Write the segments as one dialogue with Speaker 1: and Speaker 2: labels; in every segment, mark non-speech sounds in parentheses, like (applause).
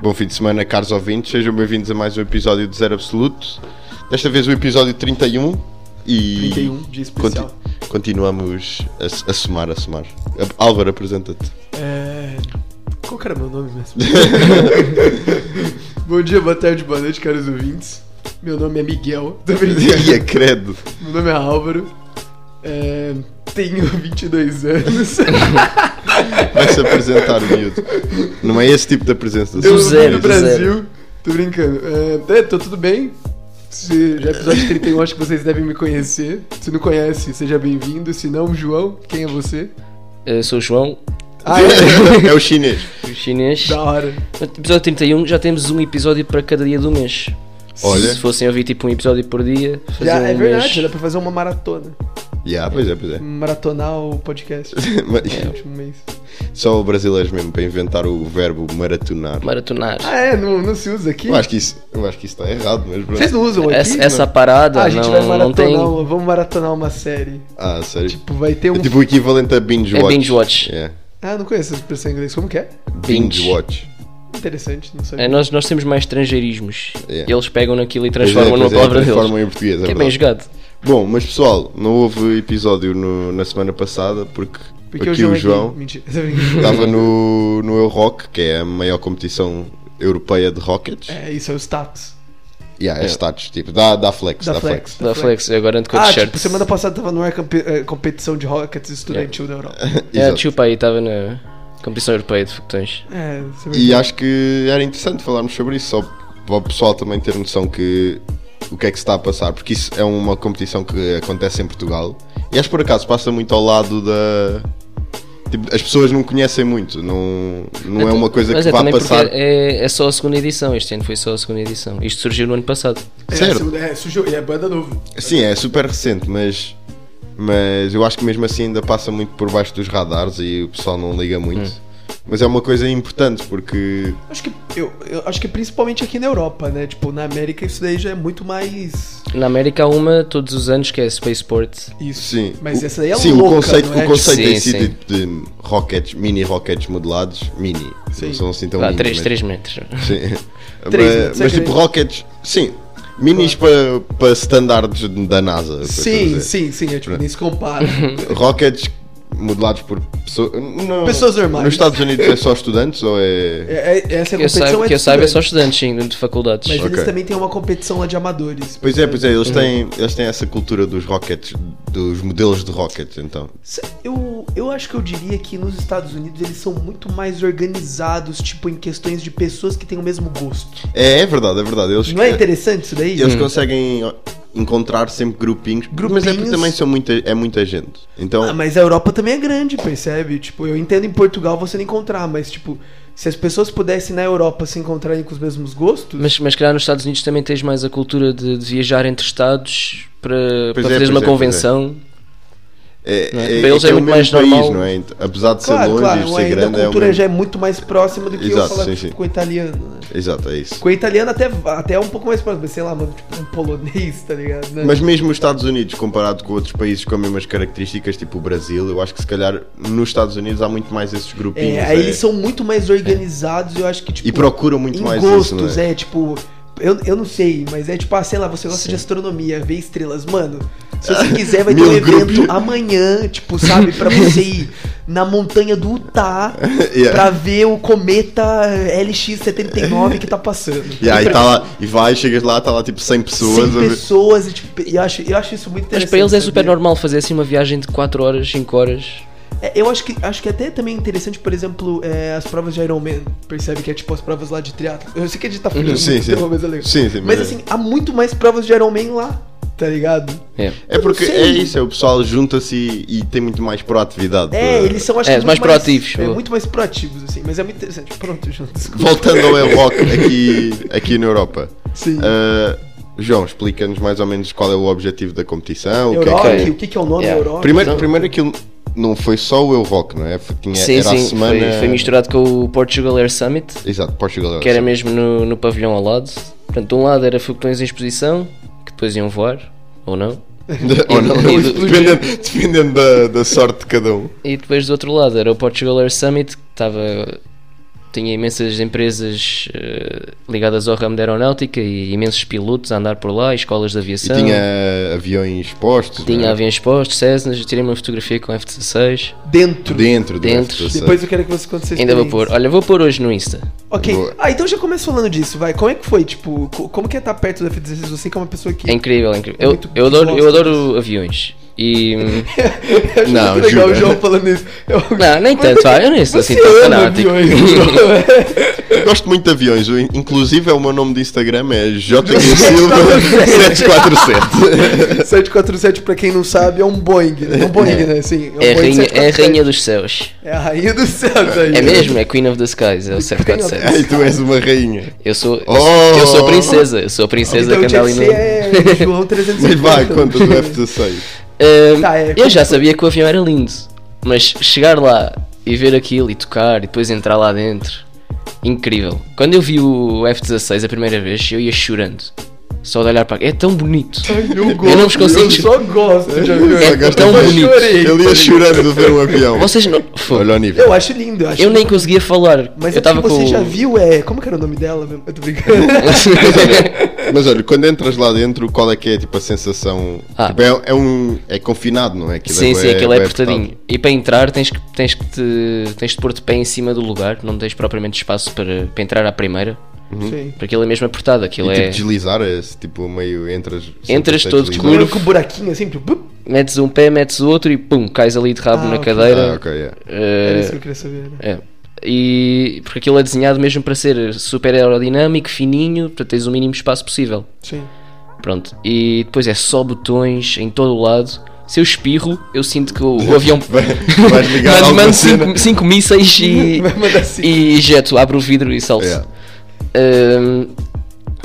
Speaker 1: Bom fim de semana, caros ouvintes. Sejam bem-vindos a mais um episódio de Zero Absoluto. Desta vez o episódio 31 e.
Speaker 2: 31, dia especial.
Speaker 1: conti- continuamos a, a somar, a somar. A- Álvaro,
Speaker 2: (laughs)
Speaker 1: apresenta-te.
Speaker 2: É... Qual que era o meu nome mesmo? (laughs) Bom dia, boa tarde, boa noite, caros ouvintes. Meu nome é Miguel. (laughs) Tô brincando.
Speaker 1: Ia, credo.
Speaker 2: Meu nome é Álvaro. É, Tenho 22
Speaker 3: (laughs)
Speaker 2: anos.
Speaker 1: Vai-se apresentar, miúdo. Não é esse tipo de apresentação.
Speaker 2: Eu
Speaker 3: Do
Speaker 2: (laughs)
Speaker 3: zero,
Speaker 2: vivo no
Speaker 3: do
Speaker 2: Brasil. Tô brincando. É, é, tô tudo bem. Se, já é episódio 31, acho que vocês devem me conhecer. Se não conhece, seja bem-vindo. Se não, João, quem é você?
Speaker 3: Eu Eh, sou o João,
Speaker 2: Ah,
Speaker 3: (laughs)
Speaker 2: é.
Speaker 1: É o chinês.
Speaker 3: o chinês.
Speaker 2: da hora.
Speaker 3: No episódio 31 já temos um episódio para cada dia do mês.
Speaker 1: Olha.
Speaker 3: Se fossem ouvir tipo um episódio por dia, fazer
Speaker 2: Já,
Speaker 3: um
Speaker 2: é verdade, dá
Speaker 3: mês.
Speaker 2: pra fazer uma maratona.
Speaker 1: Yeah, pois é,
Speaker 2: (laughs)
Speaker 1: pois é.
Speaker 2: Maratonar o podcast.
Speaker 1: Mas-
Speaker 3: É.
Speaker 2: no último mês.
Speaker 1: Só o brasileiro mesmo para inventar o verbo maratonar.
Speaker 3: Maratonar.
Speaker 2: Ah, é? Não, não se usa aqui?
Speaker 1: Eu acho que isso, eu acho que isso está errado, mas pronto.
Speaker 2: Vocês não usam aqui?
Speaker 3: essa, essa
Speaker 2: mano?
Speaker 3: parada
Speaker 2: Ah, a gente
Speaker 3: não,
Speaker 2: vai
Speaker 3: não
Speaker 2: maratonar,
Speaker 3: tem.
Speaker 2: uma- vamos maratonar uma série.
Speaker 1: Ah, sério.
Speaker 2: Tipo, vai ter um...
Speaker 1: É tipo o equivalente a binge
Speaker 3: É
Speaker 1: watch.
Speaker 3: binge watch.
Speaker 1: Yeah.
Speaker 2: Ah, não conheço essa expressão em inglês. Como que é?
Speaker 1: Binge,
Speaker 3: Binge.
Speaker 1: watch.
Speaker 2: Interessante, não sabia.
Speaker 3: É, nós, nós temos mais estrangeirismos.
Speaker 1: Yeah.
Speaker 3: Eles pegam naquilo e
Speaker 1: Pois é,
Speaker 3: transformam
Speaker 1: pois
Speaker 3: numa
Speaker 1: é,
Speaker 3: palavra
Speaker 1: transformam
Speaker 3: deles.
Speaker 1: em português, é
Speaker 3: que é bem
Speaker 1: verdade.
Speaker 3: jogado.
Speaker 1: Bom, mas pessoal, não houve episódio no- na semana passada porque,
Speaker 2: Porque
Speaker 1: aqui o
Speaker 2: é gay. (coughs)
Speaker 1: João
Speaker 2: Mentira. (laughs) tô brincando.
Speaker 1: estava no, no Eurorock, que é a maior competição europeia de rockets.
Speaker 2: É, isso é o status.
Speaker 1: Yeah, é status, tipo, dá, dá flex,
Speaker 2: Da
Speaker 1: dá flex.
Speaker 2: Flex.
Speaker 3: Da Flex, eu agora ando com a
Speaker 2: Tá Ah,
Speaker 3: t-shirt.
Speaker 2: tipo, semana passada tava no ar campe- eh, competição de rockets estudantil
Speaker 1: (laughs)
Speaker 2: da Europa.
Speaker 3: É, a
Speaker 1: Exato.
Speaker 3: Chupa aí estava na competição europeia de foguetões.
Speaker 2: É, isso é
Speaker 1: E
Speaker 3: Uhum.
Speaker 2: verdade.
Speaker 1: acho que era interessante falarmos sobre isso, só para o pessoal também ter noção que o que é que se está a passar, porque isso é uma competição que acontece em Portugal e acho que por acaso passa muito ao lado da. Tipo, as pessoas não conhecem muito, não, não é uma coisa
Speaker 3: Mas
Speaker 1: que
Speaker 3: é
Speaker 1: vá
Speaker 3: também porque
Speaker 1: passar.
Speaker 3: É, é só a segunda edição, este ano foi só a segunda edição. Isto surgiu no ano passado.
Speaker 2: É,
Speaker 1: certo.
Speaker 2: segunda- É, surgiu. E é banda nova.
Speaker 1: Sim, é super recente, mas, mas eu acho que mesmo assim ainda passa muito por baixo dos radares e o pessoal não liga muito.
Speaker 3: Hum.
Speaker 1: Mas é uma coisa importante porque
Speaker 2: Acho que, eu, eu acho que principalmente aqui na Europa, né? Tipo, na América isso daí já é muito mais.
Speaker 3: Na América há uma todos os anos que é Spaceport.
Speaker 2: Isso.
Speaker 1: Sim.
Speaker 2: Mas
Speaker 1: O-
Speaker 2: essa daí é
Speaker 1: sim,
Speaker 2: louca,
Speaker 1: o conceito,
Speaker 2: não é?
Speaker 1: o conceito
Speaker 3: Sim,
Speaker 1: em si
Speaker 3: sim.
Speaker 1: de, de rockets, mini rockets modelados, mini,
Speaker 2: Sim.
Speaker 1: não são assim tão
Speaker 3: Há
Speaker 1: mini,
Speaker 3: 3,
Speaker 1: mas-
Speaker 3: 3 metros.
Speaker 2: (laughs)
Speaker 1: Sim.
Speaker 2: Três,
Speaker 1: mas,
Speaker 2: não sei
Speaker 1: mas
Speaker 2: que
Speaker 1: tipo
Speaker 2: é.
Speaker 1: rockets, sim, minis para standards da NASA. por assim
Speaker 2: Sim,
Speaker 1: dizer.
Speaker 2: sim, sim. É tipo, nem se compara.
Speaker 1: Rockets modelados por pessoas... não-
Speaker 2: Pessoas normais.
Speaker 1: Nos Estados Unidos é só estudantes ou é...
Speaker 2: É, é- essa
Speaker 3: Que eu,
Speaker 2: competição
Speaker 3: saiba,
Speaker 2: é
Speaker 3: que eu
Speaker 2: de
Speaker 3: saiba é só
Speaker 2: estudantes.
Speaker 3: estudantes sim, de faculdades.
Speaker 2: Mas
Speaker 1: Ok.
Speaker 2: eles também têm uma competição lá de amadores.
Speaker 1: Pois é, pois é,
Speaker 3: Uhum.
Speaker 1: eles têm, eles têm essa cultura dos rockets, dos modelos de rockets, então.
Speaker 2: Se- Eu, eu acho que eu diria que nos Estados Unidos eles são muito mais organizados, tipo, em questões de pessoas que têm o mesmo gosto.
Speaker 1: É, é verdade, é verdade. Eles
Speaker 2: Não é interessante isso daí?
Speaker 1: E eles conseguem encontrar sempre grupinhos, mas é porque
Speaker 2: Grupinhos.
Speaker 1: também são muita, é muita gente. Então,
Speaker 2: Ah, mas a Europa também é grande, percebe? Tipo, eu entendo em Portugal você não encontrar, mas tipo, se as pessoas pudessem na Europa se encontrarem com os mesmos gostos,
Speaker 3: Mas, mas calhar nos Estados Unidos também tens mais a cultura de, de viajar entre Estados para, para
Speaker 1: é, pois
Speaker 3: fazeres uma
Speaker 1: é,
Speaker 3: convenção.
Speaker 1: é,
Speaker 3: não é? Para eles é
Speaker 1: o
Speaker 3: muito
Speaker 1: mesmo
Speaker 3: mais
Speaker 1: país,
Speaker 3: normal.
Speaker 1: não é? Ent- Apesar de ser
Speaker 2: claro,
Speaker 1: longe e
Speaker 2: claro,
Speaker 1: de ser
Speaker 2: ainda
Speaker 1: grande,
Speaker 2: a
Speaker 1: é o
Speaker 2: cultura
Speaker 1: mesmo...
Speaker 2: já é muito mais próxima do que eu
Speaker 1: Exato,
Speaker 2: falar
Speaker 1: sim,
Speaker 2: tipo,
Speaker 1: sim.
Speaker 2: com o italiano, né?
Speaker 1: Exato, é isso.
Speaker 2: Com o italiano até, até é um pouco mais próximo, mas sei lá, mano, tipo um polonês, tá ligado? Né?
Speaker 1: Mas mesmo os Estados Unidos, comparado com outros países com as mesmas características, tipo o Brasil, eu acho que se calhar nos Estados Unidos há muito mais esses grupinhos.
Speaker 2: É, aí eles são muito mais organizados, eu acho que, tipo,
Speaker 1: E procuram muito
Speaker 2: em
Speaker 1: mais
Speaker 2: gostos,
Speaker 1: isso, não é?
Speaker 2: é? tipo, eu, eu não sei, mas é tipo, ah, sei lá, você gosta
Speaker 3: Sim.
Speaker 2: de astronomia, vê estrelas, mano,
Speaker 1: (laughs)
Speaker 2: se você quiser vai ter
Speaker 1: Meu
Speaker 2: um evento
Speaker 1: grupo.
Speaker 2: amanhã, tipo,
Speaker 1: (laughs)
Speaker 2: sabe, pra você ir na montanha do Utah
Speaker 1: Yeah.
Speaker 2: pra ver o cometa LX-79 que tá passando.
Speaker 1: (laughs) E aí
Speaker 2: E pra
Speaker 1: tá lá, e vai, chegas lá, está lá tipo 100 pessoas.
Speaker 2: 100
Speaker 1: a ver-
Speaker 2: pessoas, e, tipo, eu, acho, eu acho isso muito
Speaker 3: Mas
Speaker 2: interessante.
Speaker 3: para eles é
Speaker 2: sabia?
Speaker 3: super normal fazer assim uma viagem de 4 horas, 5 horas.
Speaker 2: É, eu acho que, acho que até também é interessante, por exemplo, é, as provas de Iron Man. Percebe que é tipo as provas lá de triatlo. Eu sei que a gente tá fugindo
Speaker 1: Uhum, Sim,
Speaker 2: muito
Speaker 1: sim.
Speaker 2: tema, mas é legal.
Speaker 1: Sim, sim,
Speaker 2: mas
Speaker 1: mas é.
Speaker 2: assim, há muito mais provas de Iron Man lá, tá ligado?
Speaker 3: É,
Speaker 1: É porque
Speaker 2: Sim.
Speaker 1: é isso, é o pessoal junta-se e, e tem muito mais proatividade.
Speaker 2: É, eles são, acho
Speaker 3: É,
Speaker 2: que, muito
Speaker 3: mais proativos.
Speaker 2: É, muito mais proativos, assim. Mas é muito interessante. Pronto, João, desculpa.
Speaker 1: Voltando
Speaker 2: (laughs)
Speaker 1: ao Airlock aqui, aqui na Europa.
Speaker 2: Sim.
Speaker 1: Ah, João, explica-nos mais ou menos qual é o objetivo da competição. o que
Speaker 2: Euroc,
Speaker 1: é que
Speaker 2: o que, que é o nome
Speaker 3: Yeah.
Speaker 2: Euroc?
Speaker 1: Primeiro, primeiro aquilo não foi só o Eurock, não é? Foi- Tinha,
Speaker 3: sim,
Speaker 1: era a
Speaker 3: sim.
Speaker 1: semana.
Speaker 3: Foi, foi misturado com o Portugal Air Summit,
Speaker 1: Exato, Portugal.
Speaker 3: que era mesmo no, no pavilhão ao lado. Portanto, de um lado era foguetões em exposição, que depois iam voar, ou não.
Speaker 1: Ou
Speaker 3: (laughs)
Speaker 1: não,
Speaker 3: E do-
Speaker 1: dependendo, dependendo da, da sorte de cada um.
Speaker 3: E depois do outro lado era o Portugal Air Summit, que estava tinha imensas empresas eh, ligadas ao ramo da aeronáutica e imensos pilotos a andar por lá, e escolas de
Speaker 1: E
Speaker 3: aviação.
Speaker 1: tinha aviões postos.
Speaker 3: Tinha
Speaker 1: né?
Speaker 3: aviões postos, Cessnas, tirei uma fotografia com F-16.
Speaker 2: Dentro.
Speaker 1: Dentro, do
Speaker 3: Dentro.
Speaker 1: F-16.
Speaker 2: Depois eu quero que você conte essa
Speaker 3: Ainda vou
Speaker 2: experiência.
Speaker 3: pôr. Olha, vou pôr hoje no Insta.
Speaker 2: Ok.
Speaker 1: Boa.
Speaker 2: Ah, então já começa falando disso, vai. Como é que foi? Tipo, co- como que é estar perto do F-16? Você que é uma pessoa que.
Speaker 3: É incrível, é incrível.
Speaker 2: É
Speaker 3: Eu,
Speaker 2: muito
Speaker 3: eu, adoro, eu
Speaker 2: gostoso.
Speaker 3: adoro aviões. E. hum,
Speaker 2: Eu acho
Speaker 1: Não,
Speaker 2: muito legal
Speaker 1: jura.
Speaker 2: o João falando isso. Eu...
Speaker 3: Não, nem tanto, vá, eu nem sou assim
Speaker 2: Você
Speaker 3: tão
Speaker 2: ama
Speaker 3: fanático. (laughs)
Speaker 2: aviões, João.
Speaker 1: Eu Gosto muito de aviões, eu, inclusive é o meu nome de Instagram é
Speaker 2: (laughs)
Speaker 1: JQ Silva 747.
Speaker 2: 747, pra quem não sabe, é um Boeing. É um Boeing, né? Assim, um
Speaker 3: É a
Speaker 2: Boeing
Speaker 3: rainha, é a
Speaker 2: 747.
Speaker 3: rainha dos céus.
Speaker 2: É a rainha do céu, tá aí.
Speaker 3: É mesmo? É Queen of the Skies, é o
Speaker 1: Ai, (laughs)
Speaker 3: 747.
Speaker 1: tu és uma rainha.
Speaker 3: Eu sou, eu,
Speaker 1: Oh!
Speaker 3: sou- eu sou a princesa, eu sou a princesa
Speaker 2: Então
Speaker 3: que né?
Speaker 2: o
Speaker 3: anda ali no.
Speaker 2: TFC é João
Speaker 1: Mas
Speaker 2: 350.
Speaker 1: vai, é? conta do F-16.
Speaker 3: Ahm,
Speaker 2: Tá, é,
Speaker 3: eu já sabia que o avião era lindo, mas chegar lá e ver aquilo e tocar e depois entrar lá dentro, incrível. Quando eu vi o F-16 a primeira vez, eu ia chorando. Só de olhar para. É tão bonito.
Speaker 2: Eu
Speaker 3: Eu não vos
Speaker 2: gosto,
Speaker 3: consigo
Speaker 2: eu só gosto de aviões.
Speaker 3: É
Speaker 1: Só gasta
Speaker 3: tão
Speaker 1: mais.
Speaker 3: bonito.
Speaker 1: um Ele ia chorando de ver um avião.
Speaker 3: Vocês não. Fogo.
Speaker 1: Olha o nível.
Speaker 2: Eu acho lindo, eu acho
Speaker 3: Eu nem
Speaker 2: lindo.
Speaker 3: conseguia falar.
Speaker 2: Mas
Speaker 3: eu
Speaker 2: é que
Speaker 3: estava
Speaker 2: você
Speaker 3: com.
Speaker 2: já
Speaker 3: (laughs)
Speaker 2: viu, é. Como que era o nome dela mesmo? Eu tô brincando.
Speaker 1: Mas olha, mas olha, quando entras lá dentro, qual é que é tipo a sensação?
Speaker 3: Ah.
Speaker 1: Tipo, é, é um. É confinado, não é? Aquilo
Speaker 3: Sim, sim,
Speaker 1: bué-
Speaker 3: aquilo é
Speaker 1: bué
Speaker 3: apertadinho. E para entrar tens que, tens que te, tens de pôr de pé em cima do lugar, não tens propriamente espaço para, para entrar à primeira,
Speaker 2: Sim.
Speaker 3: porque aquilo é mesmo apertado, aquilo
Speaker 1: E
Speaker 3: é.
Speaker 1: tipo deslizar, é esse, tipo meio entras. sempre
Speaker 3: Entras
Speaker 1: a
Speaker 3: todo
Speaker 1: deslizar.
Speaker 3: curvo.
Speaker 2: Lembra com o buraquinho assim, tipo, bup,
Speaker 3: Metes um pé, metes o outro e pum, cais ali de rabo
Speaker 2: Ah,
Speaker 3: na
Speaker 2: ok.
Speaker 1: Ah,
Speaker 3: cadeira.
Speaker 1: ok, é.
Speaker 2: Era
Speaker 3: Eh,
Speaker 2: isso que eu queria saber. Né?
Speaker 3: é. E porque aquilo é desenhado mesmo para ser super aerodinâmico, fininho, para teres o mínimo espaço possível.
Speaker 2: Sim.
Speaker 3: Pronto. E depois é só botões em todo o lado. Se eu espirro, eu sinto que o, o avião
Speaker 1: (laughs)
Speaker 3: (laughs)
Speaker 1: Vai- vais ligar
Speaker 3: Mas
Speaker 1: alguma
Speaker 3: mando
Speaker 1: cena.
Speaker 3: cinco, cinco mísseis e,
Speaker 1: (laughs)
Speaker 2: (laughs) Vai mandar assim.
Speaker 3: e jeto, abro o vidro e salto.
Speaker 1: Yeah.
Speaker 3: Ahm,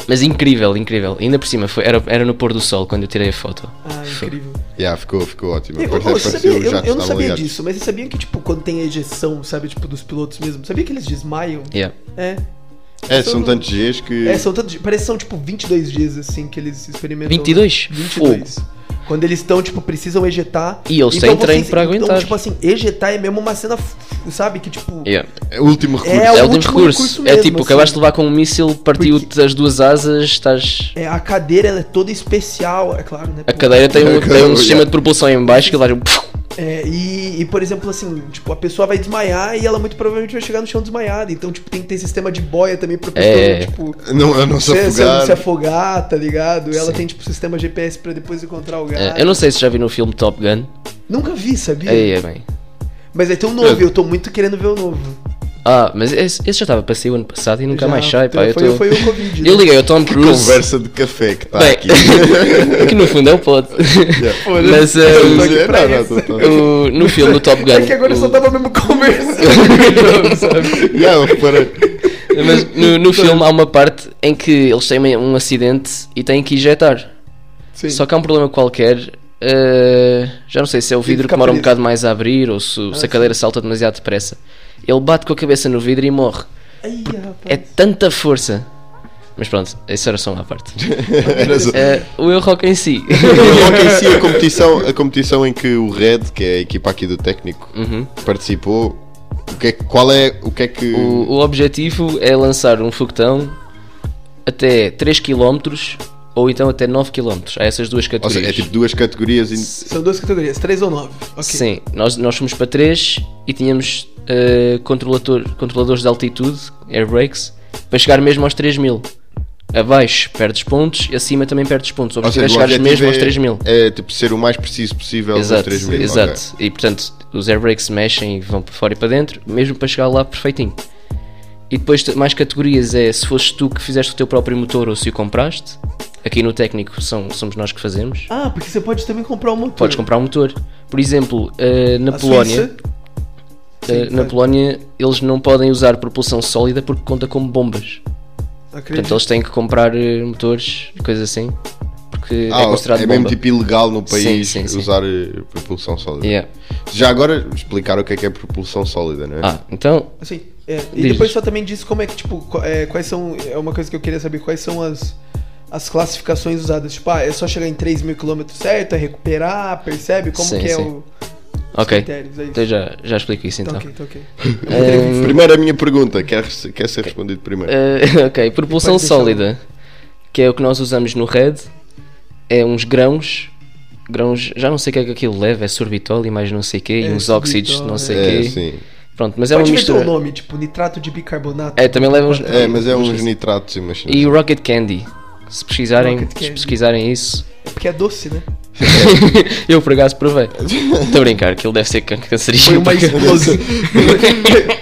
Speaker 3: mas incrível, incrível. Ainda por cima, foi, era, era no pôr do sol quando eu tirei a foto.
Speaker 2: Ah, incrível.
Speaker 1: Yeah, ficou, ficou ótimo.
Speaker 2: Eu,
Speaker 1: Parecia-
Speaker 2: eu,
Speaker 1: parecia
Speaker 2: sabia,
Speaker 1: os
Speaker 2: eu,
Speaker 1: jatos
Speaker 2: eu não
Speaker 1: estavam
Speaker 2: sabia
Speaker 1: ligados.
Speaker 2: disso, mas vocês sabiam que, tipo, quando tem a ejeção, sabe, tipo, dos pilotos mesmo, sabia que eles desmaiam?
Speaker 3: Yeah.
Speaker 2: É.
Speaker 1: É, são tantos Gs que.
Speaker 2: É, são tantos. dias- Parece que são, tipo, 22 dias, assim, que eles experimentam.
Speaker 3: 22?
Speaker 2: 22. Quando eles estão, tipo, precisam ejetar.
Speaker 3: E eles têm trem pra
Speaker 2: Então,
Speaker 3: aguentar.
Speaker 2: tipo assim, ejetar é mesmo uma cena, f- sabe, que, tipo.
Speaker 3: Yeah.
Speaker 1: É o último recurso.
Speaker 2: É o
Speaker 3: É, o último
Speaker 2: último
Speaker 3: recurso.
Speaker 2: recurso
Speaker 3: é
Speaker 2: mesmo,
Speaker 3: tipo,
Speaker 2: assim.
Speaker 3: acabaste de levar com um míssil, partiu-te as duas asas, estás.
Speaker 2: É, a cadeira ela é toda especial, é claro, né?
Speaker 3: A
Speaker 2: pô. (laughs)
Speaker 3: cadeira tem um,
Speaker 1: Caramba,
Speaker 3: tem um
Speaker 1: yeah.
Speaker 3: sistema de propulsão em baixo que um lá.
Speaker 2: É, e, e, por exemplo, assim, tipo, a pessoa vai desmaiar e ela muito provavelmente vai chegar no chão desmaiada. Então, tipo, tem que ter sistema de boia também pra pessoa,
Speaker 3: É.
Speaker 2: tipo,
Speaker 1: Não, eu não
Speaker 2: se,
Speaker 1: se
Speaker 2: se ela não
Speaker 1: afogar. né?
Speaker 2: se afogar, tá ligado? Ela
Speaker 3: Sim.
Speaker 2: tem, tipo, sistema GPS pra depois encontrar o gato.
Speaker 3: É, eu não sei se já vi no filme Top Gun.
Speaker 2: Nunca vi, sabia?
Speaker 3: Aí é bem.
Speaker 2: Mas aí tem um novo, e eu tô muito querendo ver o novo.
Speaker 3: Ah, mas esse, esse já estava para sair o ano passado e nunca
Speaker 2: Já,
Speaker 3: mais sai, pá. Eu,
Speaker 2: foi,
Speaker 3: tô-
Speaker 2: foi o Covid. né? tá
Speaker 3: eu liguei ao Tom Cruise.
Speaker 1: Conversa de café que está
Speaker 3: Bem, (laughs)
Speaker 1: aqui.
Speaker 3: que no fundo é o pote.
Speaker 1: Yeah.
Speaker 3: (laughs) Mas ah,
Speaker 2: Eu tô
Speaker 1: Mas
Speaker 2: aqui
Speaker 1: é,
Speaker 2: pra
Speaker 1: não,
Speaker 2: isso.
Speaker 1: não, tô- tô-
Speaker 3: o- no filme do Top Gun.
Speaker 2: É que agora eu
Speaker 3: o-
Speaker 2: só
Speaker 3: (laughs)
Speaker 2: tava mesmo conversando com o João, sabe?
Speaker 1: Yeah, eu reparei.
Speaker 3: Mas no, no filme há uma parte em que eles têm um acidente e têm que injetar.
Speaker 2: Sim.
Speaker 3: Só que há um problema qualquer. eh, já não sei se é o
Speaker 2: Tem que
Speaker 3: vidro que
Speaker 2: ficar
Speaker 3: demora um
Speaker 2: preso. Ah,
Speaker 3: bocado mais a abrir ou se, se a cadeira salta demasiado depressa. Ele bate com a cabeça no vidro e morre.
Speaker 2: Ai, rapaz.
Speaker 3: É tanta força. Mas pronto, isso era só uma parte.
Speaker 2: (laughs)
Speaker 1: Era (laughs) só-
Speaker 3: Eh, o Eu Rock em si. (laughs)
Speaker 1: Eu coloquei sim a competição, a competição em que o Red, que é a equipa aqui do técnico,
Speaker 3: Uhum.
Speaker 1: participou. O que é, que- qual é o que é que.
Speaker 3: O, o objetivo é lançar um foguetão até 3 km ou então até 9 km. Há essas duas
Speaker 1: Ou
Speaker 3: categorias.
Speaker 1: seja, é tipo duas categorias. in-
Speaker 2: São duas categorias, três ou nove. Ok.
Speaker 3: Sim, nós, nós fomos para 3 e tínhamos eh, controlador- controladores de altitude, air brakes, para chegar mesmo aos 3000. Abaixo perdes pontos, acima também perdes pontos. O
Speaker 1: Ou seja,
Speaker 3: objetivo é
Speaker 1: o
Speaker 3: chegares
Speaker 1: objetivo
Speaker 3: mesmo aos
Speaker 1: é-
Speaker 3: 3000.
Speaker 1: É tipo ser o mais preciso possível aos
Speaker 3: Exato,
Speaker 1: 3000.
Speaker 3: exato. E portanto, os airbrakes mexem e vão para fora e para dentro, mesmo para chegar lá perfeitinho. E depois t- mais categorias é se foste tu que fizeste o teu próprio motor ou se o compraste. Aqui no técnico são, somos nós que fazemos.
Speaker 2: Ah, porque você pode também comprar um motor.
Speaker 3: Podes comprar um motor. Por exemplo, eh, na
Speaker 2: A
Speaker 3: Polónia,
Speaker 2: Suíça,
Speaker 3: eh,
Speaker 2: sim,
Speaker 3: na
Speaker 2: claro.
Speaker 3: Polónia eles não podem usar propulsão sólida porque conta como bombas.
Speaker 2: acredito.
Speaker 3: Portanto, eles têm que comprar eh, motores e coisas assim. Porque
Speaker 1: Ah,
Speaker 3: é considerado
Speaker 1: é
Speaker 3: bomba.
Speaker 1: mesmo tipo ilegal no país
Speaker 3: sim, sim.
Speaker 1: usar eh, propulsão sólida.
Speaker 3: Yeah.
Speaker 1: Já agora explicar o que é que é propulsão sólida, não é?
Speaker 3: Ah, então
Speaker 2: Assim, é. E
Speaker 3: Diz.
Speaker 2: depois só também diz como é que, tipo, qu- é, quais são. É uma coisa que eu queria saber, quais são as, as classificações usadas. Tipo, ah, é só chegar em 3 mil quilômetros certo, é recuperar, percebe? Como
Speaker 3: Sim,
Speaker 2: que é
Speaker 3: sim.
Speaker 2: o.
Speaker 3: Ok.
Speaker 2: Critérios, é isso.
Speaker 3: Então já, já explico isso
Speaker 2: Tá
Speaker 3: então. Ehm,
Speaker 2: ok, tá ok.
Speaker 3: Ahm,
Speaker 1: Primeiro a minha pergunta, quer, quer ser respondido primeiro.
Speaker 3: Ah, (laughs) ok, propulsão
Speaker 2: Pode deixar.
Speaker 3: sólida, que é o que nós usamos no Red, é uns grãos, grãos, já não sei o que é que aquilo leva, é sorbitol e mais não sei o quê, e
Speaker 2: É,
Speaker 3: uns óxidos, não sei o
Speaker 1: é,
Speaker 3: quê.
Speaker 1: sim.
Speaker 3: Pronto, mas é
Speaker 2: Pode
Speaker 3: uma
Speaker 2: inventar o
Speaker 3: mistura.
Speaker 2: nome, tipo nitrato de bicarbonato.
Speaker 3: É, também leva uns.
Speaker 1: É, mas é uns nitratos, imagina. (laughs)
Speaker 3: E o Rocket Candy. Se pesquisarem,
Speaker 2: Rocket
Speaker 3: se
Speaker 2: Candy.
Speaker 3: pesquisarem isso,
Speaker 2: É porque é doce,
Speaker 3: (laughs)
Speaker 2: né?
Speaker 3: eu por acaso provei. Estou a brincar, que ele deve ser can-
Speaker 2: Foi
Speaker 3: cancerígeno.
Speaker 2: uma
Speaker 3: porque- (laughs)
Speaker 2: explosão.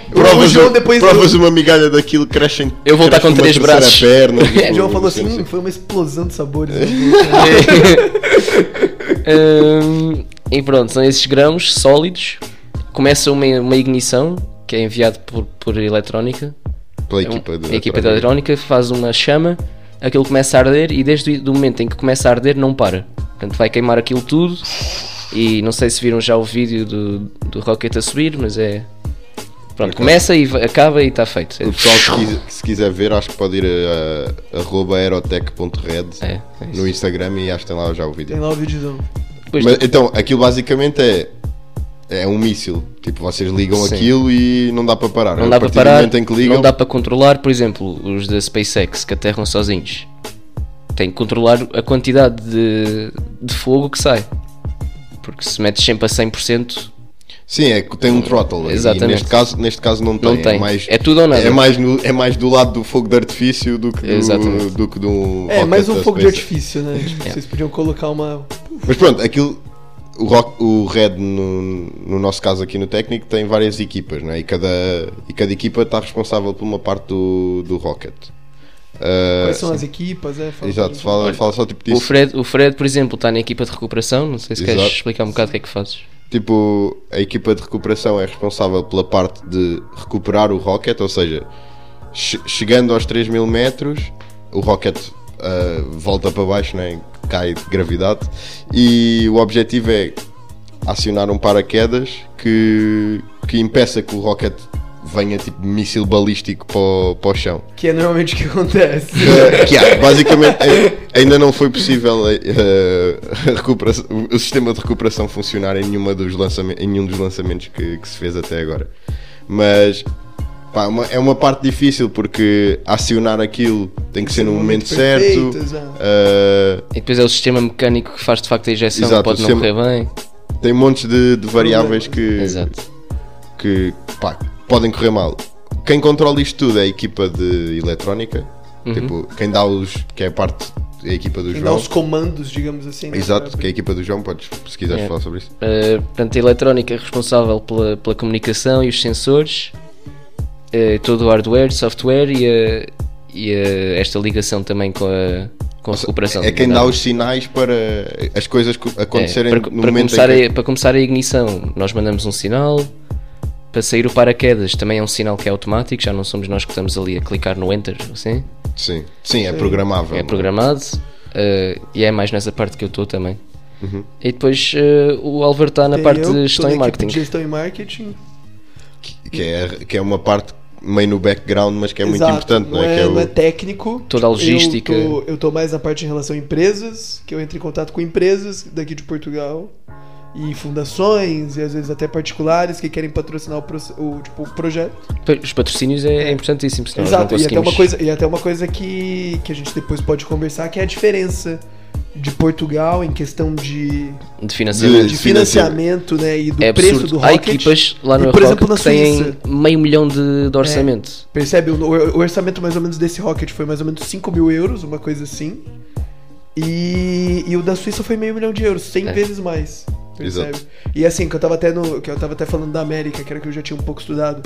Speaker 2: o
Speaker 1: Provas,
Speaker 2: João depois.
Speaker 1: provas uma migalha daquilo, crescem.
Speaker 3: Eu vou estar
Speaker 1: cresce
Speaker 3: com
Speaker 1: uma
Speaker 3: três
Speaker 1: terceira
Speaker 3: braços.
Speaker 1: Perna,
Speaker 2: O
Speaker 3: (laughs) É,
Speaker 1: tipo,
Speaker 2: João falou assim:
Speaker 1: não sei
Speaker 2: "Hum,
Speaker 1: se-
Speaker 2: foi uma explosão de sabores.
Speaker 1: (laughs)
Speaker 3: Hum, e pronto, são esses grãos sólidos. Começa uma, uma ignição que é enviado por, por eletrónica.
Speaker 1: Pela
Speaker 3: É um-
Speaker 1: equipa da.
Speaker 3: a equipa da eletrónica faz uma chama, aquilo começa a arder e desde o momento em que começa a arder não para. Portanto, vai queimar aquilo tudo. E não sei se viram já o vídeo do, do Rocket a subir, mas é. Pronto, começa e va- acaba e está feito. É
Speaker 1: O pessoal que quis- que se quiser ver, acho que pode ir a, a arroba aerotech.red
Speaker 3: É, é isso. é.
Speaker 1: no Instagram e acho que tem lá já o vídeo.
Speaker 2: Tem lá o videozão.
Speaker 3: Depois-
Speaker 1: Mas, então, aquilo basicamente é. É um míssil. Tipo, vocês ligam
Speaker 3: Sim.
Speaker 1: aquilo e não dá para parar.
Speaker 3: Não
Speaker 1: A
Speaker 3: dá para
Speaker 1: partir
Speaker 3: parar,
Speaker 1: Do momento em que ligam,
Speaker 3: não dá para controlar, por exemplo, os da SpaceX que aterram sozinhos. Tem que controlar a quantidade de, de fogo que sai. Porque se metes sempre a 100%,
Speaker 1: Sim, é que tem um throttle.
Speaker 3: Exatamente.
Speaker 1: E neste caso, neste caso não tem.
Speaker 3: não tem.
Speaker 1: É, mais,
Speaker 3: É tudo ou nada.
Speaker 1: é mais no- é mais do lado do fogo de artifício do que do,
Speaker 3: Exatamente.
Speaker 1: do que do
Speaker 2: É, mais
Speaker 1: rocket
Speaker 2: um
Speaker 1: da
Speaker 2: fogo de
Speaker 1: SpaceX.
Speaker 2: artifício, né? Tipo,
Speaker 3: É.
Speaker 2: Vocês podiam colocar uma.
Speaker 1: Mas pronto, aquilo. O, rock, o Red, no, no nosso caso aqui no técnico, tem várias equipas, né? E cada, e cada equipa está responsável por uma parte do, do Rocket. Ah,
Speaker 2: Quais são as equipas, é? Fala
Speaker 1: Exato,
Speaker 2: pra
Speaker 1: fala, fala só tipo disso.
Speaker 3: O Fred, o Fred, por exemplo, está na equipa de recuperação. Não sei se queres
Speaker 1: Exato.
Speaker 3: explicar um bocado o que é que fazes.
Speaker 1: Tipo, a equipa de recuperação é responsável pela parte de recuperar o rocket, ou seja, che- chegando aos 3 mil metros, o rocket ah, volta para baixo, né? cai de gravidade, e o objetivo é acionar um paraquedas que, que impeça que o rocket venha tipo míssil balístico para o, para o chão.
Speaker 2: gente. Que é normalmente o que
Speaker 1: (laughs)
Speaker 2: acontece.
Speaker 1: Que- que há, basicamente ai- ainda não foi possível eh, eh, a recuperação- o sistema de recuperação funcionar em, nenhuma dos lançamen- em nenhum dos lançamentos que, que se fez até agora. Mas pá, uma- é uma parte difícil porque acionar aquilo tem que ser no momento, certo.
Speaker 2: perfeito, exato.
Speaker 1: eh,
Speaker 3: E depois é o sistema mecânico que faz de facto a injeção,
Speaker 1: Exato,
Speaker 3: pode
Speaker 1: o
Speaker 3: não
Speaker 1: sistema-
Speaker 3: correr bem.
Speaker 1: tem montes de, de variáveis que,
Speaker 3: Exato.
Speaker 1: que pá, podem correr mal. Quem controla isto tudo é a equipa de eletrónica,
Speaker 3: Uhum.
Speaker 1: tipo, quem dá os. que é a parte. é a equipa do
Speaker 2: Quem dá
Speaker 1: João.
Speaker 2: os comandos, digamos assim. né,
Speaker 1: Exato,
Speaker 2: pra-
Speaker 1: que é a equipa do João, podes, se quiseres
Speaker 3: É.
Speaker 1: falar sobre isso.
Speaker 3: Uh, portanto, a eletrónica é responsável pela, pela comunicação e os sensores, uh, todo o hardware, software e, a- e a- esta ligação também com a, com a recuperação.
Speaker 1: É quem
Speaker 3: Não.
Speaker 1: dá os sinais para as coisas co-
Speaker 3: É,
Speaker 1: acontecerem
Speaker 3: para,
Speaker 1: no
Speaker 3: para
Speaker 1: momento
Speaker 3: começar
Speaker 1: em que...
Speaker 3: a, para começar é a ignição, nós mandamos um sinal. Para sair o paraquedas também é um sinal que é automático, já não somos nós que estamos ali a clicar no enter, assim.
Speaker 1: Sim, sim, é programável.
Speaker 3: é programado eh, e é mais nessa parte que eu estou também.
Speaker 1: Uhum.
Speaker 3: E depois eh, o Álvaro está na
Speaker 2: Tem
Speaker 3: parte
Speaker 2: É eu,
Speaker 3: de
Speaker 2: tô
Speaker 3: gestão
Speaker 2: na
Speaker 3: e
Speaker 2: equipe
Speaker 3: marketing.
Speaker 2: de Gestão e marketing.
Speaker 1: Que é, que é uma parte meio no background, mas que é muito
Speaker 2: Exato,
Speaker 1: importante, não é? Que
Speaker 2: é,
Speaker 1: é
Speaker 2: não é
Speaker 1: o...
Speaker 2: técnico.
Speaker 3: Toda a logística.
Speaker 2: Eu tô, eu tô mais na parte em relação a empresas, que eu entro em contato com empresas daqui de Portugal. E fundações, e às vezes até particulares que querem patrocinar o, proce- o, tipo, o projeto.
Speaker 3: Pois, Então, Os patrocínios é, é importantíssimo, senão nós
Speaker 2: Exato,
Speaker 3: não
Speaker 2: e até
Speaker 3: conseguimos.
Speaker 2: uma coisa, e até uma coisa que, que a gente depois pode conversar, que é a diferença de Portugal em questão de,
Speaker 3: de financiamento.
Speaker 1: De-
Speaker 2: de financiamento, né? E do
Speaker 3: é
Speaker 2: preço
Speaker 3: absurdo.
Speaker 2: do
Speaker 3: Há
Speaker 2: rocket.
Speaker 3: equipas lá
Speaker 2: E,
Speaker 3: no
Speaker 2: por
Speaker 3: Rocket
Speaker 2: exemplo, na
Speaker 3: que têm
Speaker 2: Suíça. É.
Speaker 3: meio milhão de, de orçamento.
Speaker 2: Percebe? O, o orçamento mais ou menos desse Rocket foi mais ou menos 5 mil euros, uma coisa assim. E, e o da Suíça foi meio milhão de euros, 100
Speaker 3: É.
Speaker 2: vezes mais. Percebe?
Speaker 1: Exato.
Speaker 2: E assim, que eu tava até no. Que eu tava até falando da América, que era que eu já tinha um pouco estudado.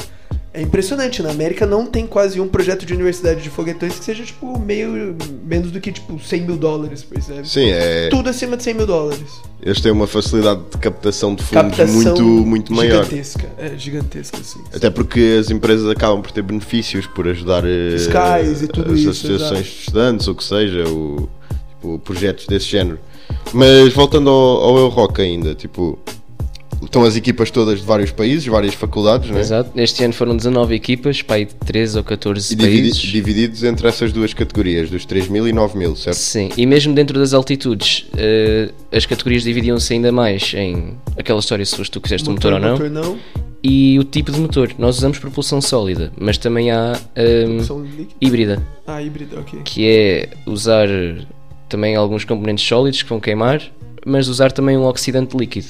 Speaker 2: É impressionante, na América não tem quase um projeto de universidade de foguetões que seja, tipo, meio. menos do que, tipo, 100 mil dólares, percebe?
Speaker 1: Sim, é,
Speaker 2: Tudo acima de 100 mil dólares.
Speaker 1: eles têm uma facilidade de captação de fundos
Speaker 2: Captação
Speaker 1: muito, muito maior.
Speaker 2: Gigantesca. É, gigantesca, assim.
Speaker 1: Até porque as empresas acabam por ter benefícios por ajudar eh,
Speaker 2: Fiscais e tudo
Speaker 1: as
Speaker 2: isso,
Speaker 1: associações
Speaker 2: exato.
Speaker 1: de estudantes, ou que seja, o, tipo, projetos desse género. Mas voltando ao, ao Euroc ainda, tipo, estão as equipas todas de vários países, várias faculdades, né?
Speaker 3: Exato. Este ano foram 19 equipas, pai de 13 ou 14
Speaker 1: E dividi-
Speaker 3: países.
Speaker 1: divididos entre essas duas categorias, dos 3 mil e 9 mil, certo?
Speaker 3: Sim, e mesmo dentro das altitudes, eh, as categorias dividiam-se ainda mais em aquela história se foste tu que fizeste o motor, ou não,
Speaker 2: Motor não.
Speaker 1: Hum?
Speaker 3: e o tipo de motor. Nós usamos propulsão sólida, mas também há ehm,
Speaker 2: São líquidos.
Speaker 3: híbrida,
Speaker 2: um Ah, híbrido, ok.
Speaker 3: que é usar também alguns componentes sólidos que vão queimar, mas usar também um oxidante líquido.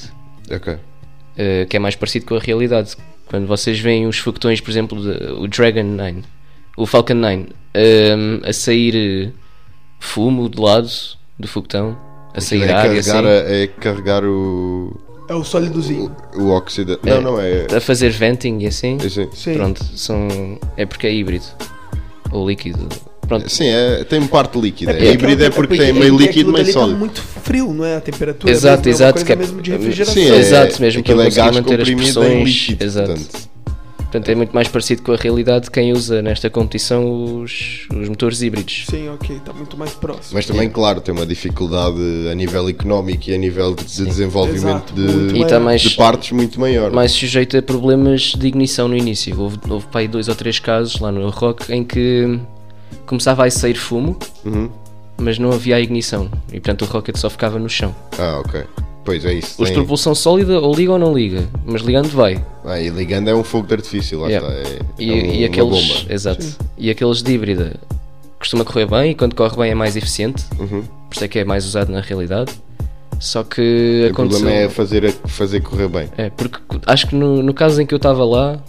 Speaker 1: Ok.
Speaker 3: Uh, que é mais parecido com a realidade. Quando vocês veem os foguetões, por exemplo, de- o Dragon 9, o Falcon 9, um, a sair uh, fumo do lado do foguetão, a
Speaker 1: É
Speaker 3: sair ar e assim,
Speaker 1: carregar, a- é carregar o,
Speaker 2: É o sólidozinho.
Speaker 1: o óxido.
Speaker 3: É.
Speaker 1: Não, não, é.
Speaker 3: a fazer venting e assim,
Speaker 1: é assim.
Speaker 2: Sim.
Speaker 3: pronto, são, é porque é híbrido ou líquido. Pronto,
Speaker 1: Sim, é, tem parte líquida.
Speaker 2: porque
Speaker 1: É híbrido é
Speaker 2: aquela-
Speaker 1: porque
Speaker 2: aquilo
Speaker 1: tem
Speaker 2: ali
Speaker 1: meio
Speaker 2: tá
Speaker 1: líquido, meio sólido.
Speaker 2: muito frio, não é? A temperatura. mesmo,
Speaker 3: Exato,
Speaker 2: é uma
Speaker 3: exato,
Speaker 2: coisa
Speaker 3: que é-
Speaker 2: mesmo de refrigeração.
Speaker 1: Sim, é,
Speaker 3: Exato, mesmo
Speaker 1: aquilo
Speaker 3: para
Speaker 1: é
Speaker 3: conseguir
Speaker 1: gás
Speaker 3: manter as
Speaker 1: comprimido em
Speaker 3: pressões,
Speaker 1: líquido.
Speaker 3: exato.
Speaker 1: portanto.
Speaker 3: portanto é muito mais parecido com a realidade de quem usa nesta competição os, os motores híbridos.
Speaker 2: Sim, ok. Tá muito mais próximo.
Speaker 1: Mas
Speaker 3: É.
Speaker 1: também, claro, tem uma dificuldade a nível económico e a nível de desenvolvimento
Speaker 2: Exato, muito
Speaker 1: de,
Speaker 3: E
Speaker 2: Mas-
Speaker 3: está mais,
Speaker 1: de partes muito maior.
Speaker 3: mais sujeito a problemas de ignição no início. Houve, houve pá, aí dois ou três casos lá no Rock em que começava a sair fumo,
Speaker 1: Uhum.
Speaker 3: mas não havia a ignição e portanto o rocket só ficava no chão.
Speaker 1: Ah, ok. Pois é isso.
Speaker 3: Os de
Speaker 1: tem-
Speaker 3: propulsão sólida ou liga ou não liga, mas ligando vai.
Speaker 1: Ah, e ligando é um fogo de artifício, lá
Speaker 3: Yeah.
Speaker 1: está. É,
Speaker 3: E,
Speaker 1: é um-
Speaker 3: e
Speaker 1: uma
Speaker 3: aqueles,
Speaker 1: bomba.
Speaker 3: exato. E aqueles de híbrida costuma correr bem e quando corre bem é mais eficiente,
Speaker 1: Uhum.
Speaker 3: por isso é que é mais usado na realidade. Só que
Speaker 1: O
Speaker 3: aconteceu.
Speaker 1: problema é fazer, a- fazer correr bem.
Speaker 3: É, porque cu- acho que no, no caso em que eu estava lá,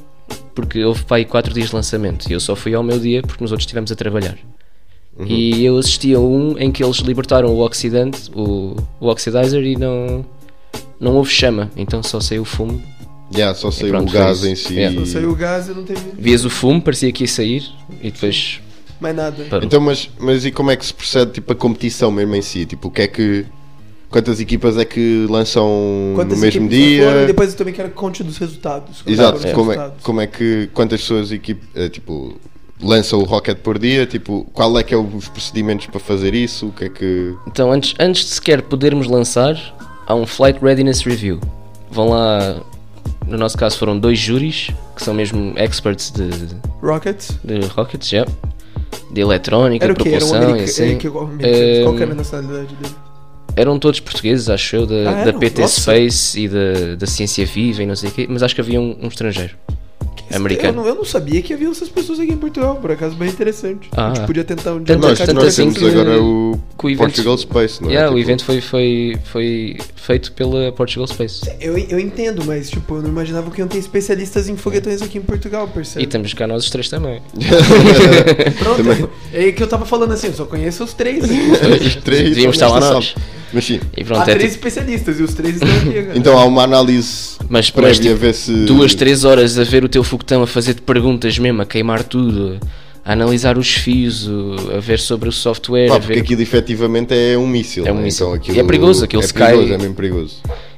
Speaker 3: porque houve para aí 4 dias de lançamento e eu só fui ao meu dia porque nos outros estivemos a trabalhar.
Speaker 1: Uhum.
Speaker 3: E eu assisti a um em que eles libertaram o oxidante, o, o oxidizer, e não, não houve chama, então só saiu o fumo.
Speaker 1: Yeah, só saiu
Speaker 3: pronto,
Speaker 1: o
Speaker 3: foi
Speaker 1: gás
Speaker 3: isso.
Speaker 1: em si.
Speaker 3: Yeah.
Speaker 2: Só saiu o gás e não teve
Speaker 3: Vias o fumo, parecia que ia sair, e depois
Speaker 2: mais nada.
Speaker 3: parou.
Speaker 1: Então, mas, mas e como é que se procede tipo, a competição mesmo em si? Tipo, o que é que. Quantas equipas é que lançam
Speaker 2: Quantas
Speaker 1: no mesmo
Speaker 2: equipes foram, e
Speaker 1: dia?
Speaker 2: depois eu também quero que conte dos resultados. Quando
Speaker 1: Exato,
Speaker 2: foram os
Speaker 1: como, é,
Speaker 2: resultados.
Speaker 1: como é que. Quantas pessoas equipe, eh, tipo, lançam o Rocket por dia? Tipo, qual é que é os procedimentos para fazer isso? O que é que.
Speaker 3: Então, antes, antes de sequer podermos lançar, há um Flight Readiness Review. Vão lá, no nosso caso foram dois júris, que são mesmo experts de,
Speaker 2: Rockets?
Speaker 3: De rockets, já. De eletrónica,
Speaker 2: Era o quê? Era um
Speaker 3: propulsão
Speaker 2: americano.
Speaker 3: e assim.
Speaker 2: Qual que era a
Speaker 1: É, hum,
Speaker 3: Ehm,
Speaker 2: nacionalidade dele?
Speaker 3: Eram todos portugueses, acho eu, da,
Speaker 2: Ah,
Speaker 3: da
Speaker 2: eram?
Speaker 3: PT
Speaker 2: Nossa.
Speaker 3: Space e da, da Ciência Viva e não sei o quê, mas acho que havia um, um estrangeiro.
Speaker 2: Eu
Speaker 3: americano.
Speaker 2: não, eu não sabia que havia essas pessoas aqui em Portugal, por acaso bem interessante.
Speaker 3: Ah.
Speaker 2: a gente podia tentar um dia.
Speaker 3: Tanto-
Speaker 1: Nós,
Speaker 2: marcar de
Speaker 1: nós
Speaker 3: assim
Speaker 1: temos
Speaker 3: que-
Speaker 1: agora é o
Speaker 3: que o evento-
Speaker 1: Portugal Space, não é?
Speaker 3: Yeah, O
Speaker 1: Tipo,
Speaker 3: evento
Speaker 1: (laughs)
Speaker 3: foi, foi, foi feito pela Portugal Space.
Speaker 2: Eu, eu entendo, mas tipo, eu não imaginava que iam ter especialistas em foguetões aqui em Portugal,
Speaker 3: E
Speaker 2: percebe?
Speaker 3: estamos cá nós os três também.
Speaker 2: Pronto,
Speaker 1: também.
Speaker 2: é que eu tava falando assim, eu só conheço os três.
Speaker 1: (laughs) os três,
Speaker 3: Devíamos estar lá
Speaker 1: nesta
Speaker 3: nós.
Speaker 1: sala. Mas sim.
Speaker 3: E
Speaker 2: Há
Speaker 3: pronto, é
Speaker 2: três
Speaker 3: tipo-
Speaker 2: especialistas e os três estão aqui agora.
Speaker 1: Então há uma análise
Speaker 3: Mas- mas,
Speaker 1: prévia
Speaker 3: tipo,
Speaker 1: a ver se.
Speaker 3: duas, três horas a ver o teu foguetão a fazer-te perguntas mesmo, a queimar tudo, a analisar os fios, o- a ver sobre o software,
Speaker 1: Pá,
Speaker 3: a
Speaker 1: porque
Speaker 3: ver
Speaker 1: aquilo efetivamente é um míssil.
Speaker 3: É um
Speaker 1: né?
Speaker 3: míssil.
Speaker 1: Então, aquilo
Speaker 3: E é perigoso, aquilo
Speaker 1: é
Speaker 3: se cai-
Speaker 1: perigoso, É mesmo perigoso.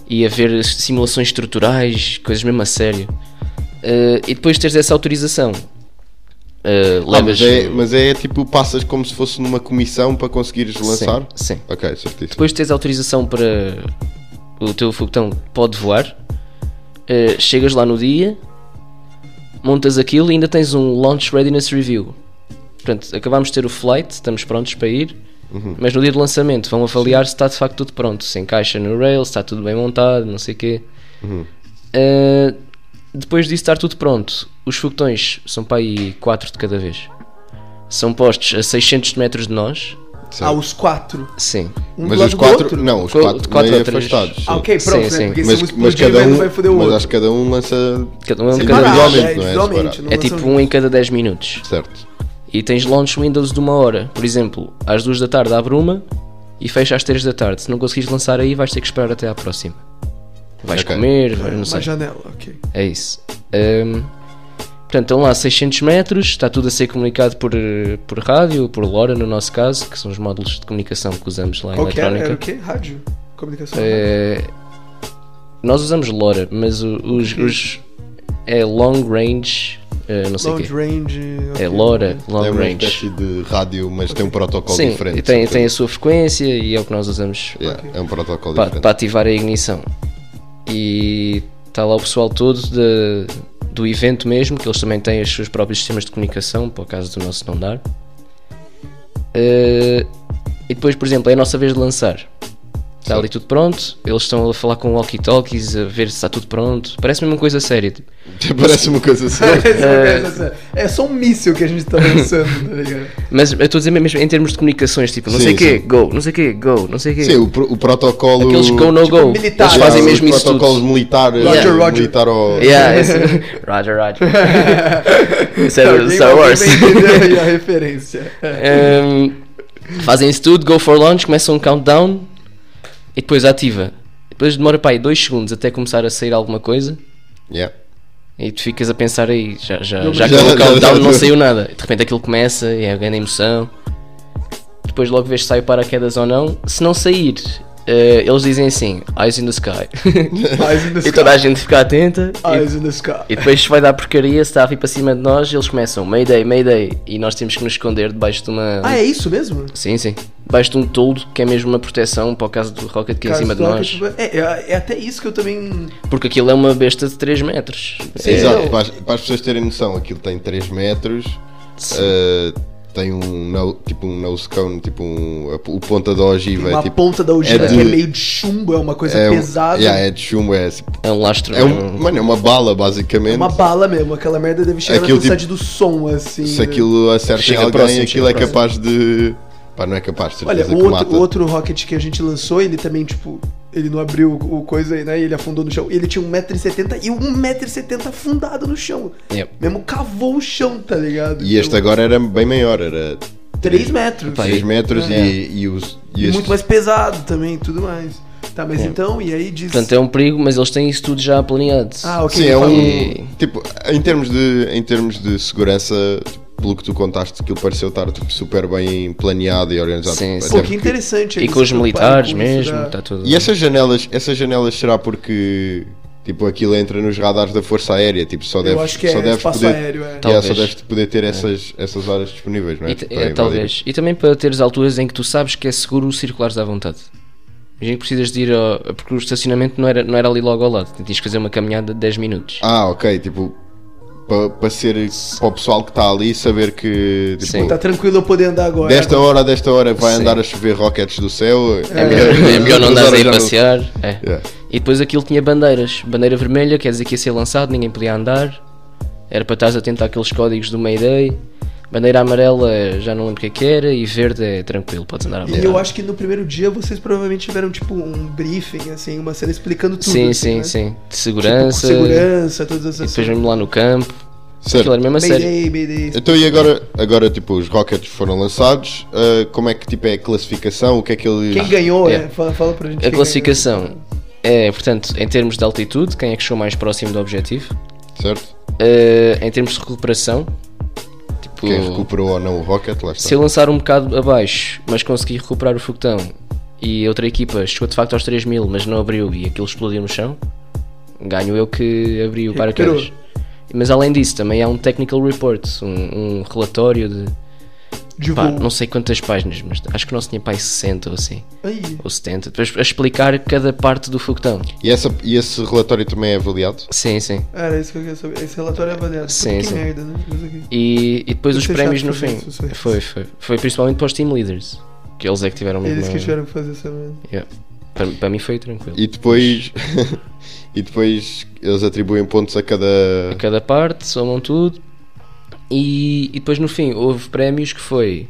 Speaker 3: e a ver simulações estruturais, coisas mesmo a sério. Eh, e depois teres essa autorização. Eh,
Speaker 1: Ah, mas,
Speaker 3: levas.
Speaker 1: é, mas é tipo, passas como se fosse numa comissão para conseguires lançar?
Speaker 3: Sim, sim.
Speaker 1: Ok, certíssimo.
Speaker 3: Depois teres autorização para o teu foguetão pode voar. Eh, chegas lá no dia, montas aquilo e ainda tens um Launch Readiness Review. Portanto, acabámos de ter o flight, estamos prontos para ir. Mas no dia do lançamento vão avaliar se está de facto tudo pronto, se encaixa no rail, se está tudo bem montado, não sei o quê. Uh, depois disso estar tudo pronto, os foguetões são para aí 4 de cada vez. São postos a 600 metros de nós.
Speaker 1: Certo.
Speaker 2: Ah, os quatro.
Speaker 3: Sim.
Speaker 2: um
Speaker 1: mas
Speaker 2: do lado
Speaker 1: os
Speaker 2: do
Speaker 1: quatro,
Speaker 2: outro?
Speaker 1: não, os
Speaker 3: Co-
Speaker 1: quatro,
Speaker 3: quatro
Speaker 1: meio
Speaker 3: ou três.
Speaker 1: afastados. sim.
Speaker 2: Ah, ok,
Speaker 3: Sim,
Speaker 2: pronto, né?
Speaker 3: sim.
Speaker 2: Porque
Speaker 1: Mas,
Speaker 2: se um
Speaker 1: mas
Speaker 2: explodir,
Speaker 1: cada
Speaker 2: um
Speaker 1: um,
Speaker 2: vai foder o
Speaker 1: mas
Speaker 2: outro.
Speaker 1: acho que cada um lança
Speaker 3: Cada um é um
Speaker 2: Separado,
Speaker 3: bocadinho.
Speaker 1: individualmente,
Speaker 2: é,
Speaker 1: não é?
Speaker 2: individualmente,
Speaker 1: Separado.
Speaker 2: não
Speaker 3: É
Speaker 2: lançam
Speaker 3: tipo um em cada 10 minutos.
Speaker 1: certo.
Speaker 3: E tens launch windows de uma hora. Por exemplo, às 2 da tarde abre uma e fecha às 3 da tarde. Se não conseguires lançar aí, vais ter que esperar até à próxima. Vais
Speaker 1: Ok.
Speaker 3: comer, vais, não
Speaker 2: Uma
Speaker 3: sei.
Speaker 2: janela, ok.
Speaker 3: É isso. Ahm, portanto, estão lá 600 metros, está tudo a ser comunicado por, eh, por rádio, por LoRa no nosso caso, que são os módulos de comunicação que usamos lá em
Speaker 2: Qual que era? Era o
Speaker 3: eletrónica.
Speaker 2: quê? Rádio? Comunicação?
Speaker 3: Eh, nós usamos LoRa, mas o- os,
Speaker 2: Ok.
Speaker 3: os- é Long Range, eh, não sei o
Speaker 2: Long
Speaker 3: quê.
Speaker 2: range. ok.
Speaker 3: É
Speaker 2: (laughs)
Speaker 3: LoRa, Long
Speaker 1: é uma
Speaker 3: Range.
Speaker 1: espécie de rádio, mas tem um protocolo
Speaker 3: Sim,
Speaker 1: diferente.
Speaker 3: e tem, tem a
Speaker 1: certeza.
Speaker 3: sua frequência e é o que nós usamos
Speaker 1: Yeah, É um protocolo
Speaker 3: para,
Speaker 1: diferente.
Speaker 3: para ativar a ignição. E Está lá o pessoal todo de- do evento mesmo, que eles também têm os seus próprios sistemas de comunicação, por acaso do nosso não dar. Eh, e depois, por exemplo, é a nossa vez de lançar. Está ali tudo pronto, eles estão a falar com walkie-talkies, a ver se está tudo pronto. Parece mesmo uma coisa séria.
Speaker 1: (laughs)
Speaker 3: tipo.
Speaker 1: Parece uma coisa assim.
Speaker 2: (laughs) É só um míssil que a gente tá lançando, tá ligado?
Speaker 3: Mas eu estou a dizer mesmo em termos de comunicações, tipo, não
Speaker 1: Sim,
Speaker 3: sei o quê,
Speaker 1: sim.
Speaker 3: go, não sei o quê, go, não sei o quê.
Speaker 1: Sim, o, pro- o protocolo.
Speaker 3: Aqueles go, no
Speaker 2: Tipo,
Speaker 3: go.
Speaker 2: militar.
Speaker 3: Eles
Speaker 1: Yeah,
Speaker 3: fazem
Speaker 1: os
Speaker 3: mesmo isso
Speaker 1: protocolos
Speaker 3: tudo.
Speaker 1: militares.
Speaker 2: Roger,
Speaker 1: eh,
Speaker 2: roger.
Speaker 1: Militar ao...
Speaker 3: (laughs) Yeah, esse... Roger, Roger. (laughs) (laughs) Isso era do
Speaker 2: Alguém-
Speaker 3: Star
Speaker 2: alguém
Speaker 3: Wars.
Speaker 2: vai entender aí a
Speaker 3: (laughs)
Speaker 2: referência. É.
Speaker 3: Um, fazem isso tudo, go for launch, começam um countdown e depois ativa. Depois demora para aí 2 segundos até começar a sair alguma coisa
Speaker 1: Yeah.
Speaker 3: e tu ficas a pensar aí, já, já,
Speaker 2: Não,
Speaker 3: já
Speaker 1: mas-
Speaker 3: acabou
Speaker 1: Já-
Speaker 3: o
Speaker 1: já-
Speaker 3: countdown,
Speaker 1: já-
Speaker 3: não
Speaker 1: já-
Speaker 3: saiu nada. E de repente aquilo começa e é a grande emoção. Depois logo vês se sai o paraquedas ou não. Se não sair, eh, eles dizem assim: Eyes in the sky.
Speaker 2: Eyes in the
Speaker 3: (laughs) e
Speaker 2: sky.
Speaker 3: toda a gente fica atenta. e-
Speaker 2: Eyes in the
Speaker 3: e
Speaker 2: sky.
Speaker 3: depois se vai dar porcaria, se está a vir para cima de nós, eles começam Mayday, Mayday, e nós temos que nos esconder debaixo de uma.
Speaker 2: Ah, é isso mesmo?
Speaker 3: Sim, sim. Debaixo de um toldo, que é mesmo uma proteção para o caso do Rocket que é em cima de
Speaker 2: Cara,
Speaker 3: nós.
Speaker 2: É, é- é até isso que eu também.
Speaker 3: Porque aquilo é uma besta de 3 metros.
Speaker 2: Sim,
Speaker 3: É-
Speaker 1: Exato,
Speaker 2: não.
Speaker 1: para as, para as pessoas terem noção, aquilo tem 3 metros, eh, tem um, no- tipo um nose cone, tipo um, a- o ponta da ogiva
Speaker 2: Uma
Speaker 1: é tipo.
Speaker 2: ponta da ogiva
Speaker 1: é
Speaker 2: que é
Speaker 1: de-
Speaker 2: meio de chumbo, é uma coisa
Speaker 1: é, um-
Speaker 2: pesada.
Speaker 1: yeah, é de chumbo, é, tipo-
Speaker 3: É um lastro.
Speaker 1: é um, mano, é uma bala
Speaker 2: É
Speaker 1: basicamente.
Speaker 2: uma bala mesmo, aquela merda
Speaker 3: É
Speaker 2: deve chegar
Speaker 1: Aquilo
Speaker 2: na
Speaker 3: tipo
Speaker 2: velocidade do som, assim.
Speaker 1: Se
Speaker 2: né?
Speaker 1: aquilo acerta em
Speaker 3: Chega
Speaker 1: alguém,
Speaker 3: próximo,
Speaker 1: aquilo
Speaker 3: chega
Speaker 1: é capaz de. Pá, não é capaz, de
Speaker 2: Olha,
Speaker 1: certeza
Speaker 2: o
Speaker 1: que
Speaker 2: outro,
Speaker 1: mata.
Speaker 2: o outro rocket que a gente lançou, ele também, tipo, ele não abriu o o coisa aí, né? E ele afundou no chão. Ele tinha 1,70m e 1,70m afundado no chão.
Speaker 3: Yep.
Speaker 2: Mesmo cavou o chão, tá ligado?
Speaker 1: E este agora era bem maior, era
Speaker 3: é
Speaker 2: 3 metros.
Speaker 3: Pá,
Speaker 1: 3 metros
Speaker 2: É.
Speaker 1: e, e os. E
Speaker 2: E
Speaker 1: este-
Speaker 2: muito mais pesado também, tudo mais. Tá, mas
Speaker 3: É.
Speaker 2: então, e aí diz.
Speaker 3: Portanto, é um perigo, mas eles têm isso tudo já planeado.
Speaker 2: Ah, ok.
Speaker 1: Sim, é
Speaker 3: E-
Speaker 1: um. Tipo, em termos de, em termos de segurança, pelo que tu contaste, aquilo pareceu estar tipo, super bem planeado e organizado.
Speaker 3: Sim,
Speaker 1: Até
Speaker 3: sim.
Speaker 2: Pô, que
Speaker 1: porque-
Speaker 2: interessante.
Speaker 3: e
Speaker 2: eles
Speaker 3: com os
Speaker 2: se preocuparem
Speaker 3: militares
Speaker 2: com isso
Speaker 3: mesmo, tá
Speaker 2: da-
Speaker 3: está tudo.
Speaker 1: E essas janelas, essas janelas será porque. Tipo, aquilo entra nos radares da Força Aérea, tipo, só
Speaker 2: Eu
Speaker 1: deves,
Speaker 2: acho que é
Speaker 1: só deves
Speaker 2: espaço
Speaker 1: poder,
Speaker 2: aéreo, é.
Speaker 1: Yeah, só
Speaker 3: Talvez.
Speaker 1: deves poder ter essas, essas horas disponíveis, não é?
Speaker 3: E t-
Speaker 1: Para
Speaker 3: é,
Speaker 1: invadir.
Speaker 3: talvez. E também para teres alturas em que tu sabes que é seguro circulares à vontade. Imagina que precisas de ir ao, porque o estacionamento não era, não era ali logo ao lado. Tinhas que fazer uma caminhada de 10 minutos.
Speaker 1: Ah, ok, tipo, para ser, para o pessoal que está ali saber que, tipo,
Speaker 3: Sim.
Speaker 2: Tá tranquilo eu poder andar agora.
Speaker 1: desta hora a desta hora vai
Speaker 3: Sim.
Speaker 1: andar a chover rockets do céu. eh,
Speaker 3: É
Speaker 1: (laughs)
Speaker 3: melhor, é melhor não andares aí a
Speaker 1: Já
Speaker 3: passear. É.
Speaker 1: Yeah.
Speaker 3: E depois aquilo tinha bandeiras. Bandeira vermelha, quer dizer que ia ser lançado, ninguém podia andar. Era para estares atento àqueles códigos do Mayday. Bandeira amarela já não lembro o que é que era. E verde é tranquilo, podes andar à
Speaker 2: E
Speaker 3: vontade.
Speaker 2: eu acho que no primeiro dia vocês provavelmente tiveram, tipo, um briefing, assim, uma cena explicando tudo.
Speaker 3: Sim,
Speaker 2: assim,
Speaker 3: sim,
Speaker 2: né?
Speaker 3: sim. De
Speaker 2: Tipo,
Speaker 3: segurança.
Speaker 2: segurança, todas
Speaker 3: E
Speaker 2: essas
Speaker 3: depois mesmo lá no campo.
Speaker 1: Certo.
Speaker 3: Aquilo era mesmo a sério.
Speaker 2: Mayday, Mayday.
Speaker 1: Então e agora, agora tipo, os rockets foram lançados, ah, como é que tipo é a classificação, o que é que eles...
Speaker 2: Quem ganhou,
Speaker 3: é.
Speaker 2: é? Fala, fala pra gente.
Speaker 3: A
Speaker 2: quem
Speaker 3: classificação é, portanto, em termos de altitude, quem é que chegou mais próximo do objetivo?
Speaker 1: Certo?
Speaker 3: Eh, em termos de recuperação, tipo,
Speaker 1: Quem é recuperou ou não o rocket, lá
Speaker 3: se
Speaker 1: está.
Speaker 3: eu lançar um bocado abaixo, mas consegui recuperar o foguetão e a outra equipa chegou de facto aos 3 mil, mas não abriu e aquilo explodiu no chão, ganho eu que abri
Speaker 2: Recuperou.
Speaker 3: o paraquedas. Mas além disso, também há um technical report, um, um relatório de
Speaker 2: ganhou? De
Speaker 3: pá,
Speaker 2: voo.
Speaker 3: não sei quantas páginas, mas acho que o nosso tinha pai 60 ou assim,
Speaker 2: Ai,
Speaker 3: ou 70, depois a explicar cada parte do foguetão.
Speaker 1: E, essa, e esse relatório também é avaliado?
Speaker 3: Sim, sim.
Speaker 2: era isso que eu queria saber. Esse relatório é avaliado.
Speaker 3: Sim,
Speaker 2: que
Speaker 3: sim.
Speaker 2: merda, né? Mas ok.
Speaker 3: E, e depois
Speaker 2: Deve
Speaker 3: os
Speaker 2: ser
Speaker 3: prémios
Speaker 2: chato
Speaker 3: no
Speaker 2: fazer
Speaker 3: fim.
Speaker 2: isso, sei.
Speaker 3: Foi, foi. Foi principalmente para os team leaders. Que eles é que tiveram mesmo.
Speaker 2: Eles que
Speaker 3: a-
Speaker 2: tiveram que fazer essa merda.
Speaker 3: Yeah. Para, para mim foi tranquilo.
Speaker 1: E depois... (laughs) e depois eles atribuem pontos a cada...
Speaker 3: A cada parte, somam tudo. E, e depois no fim houve prémios que foi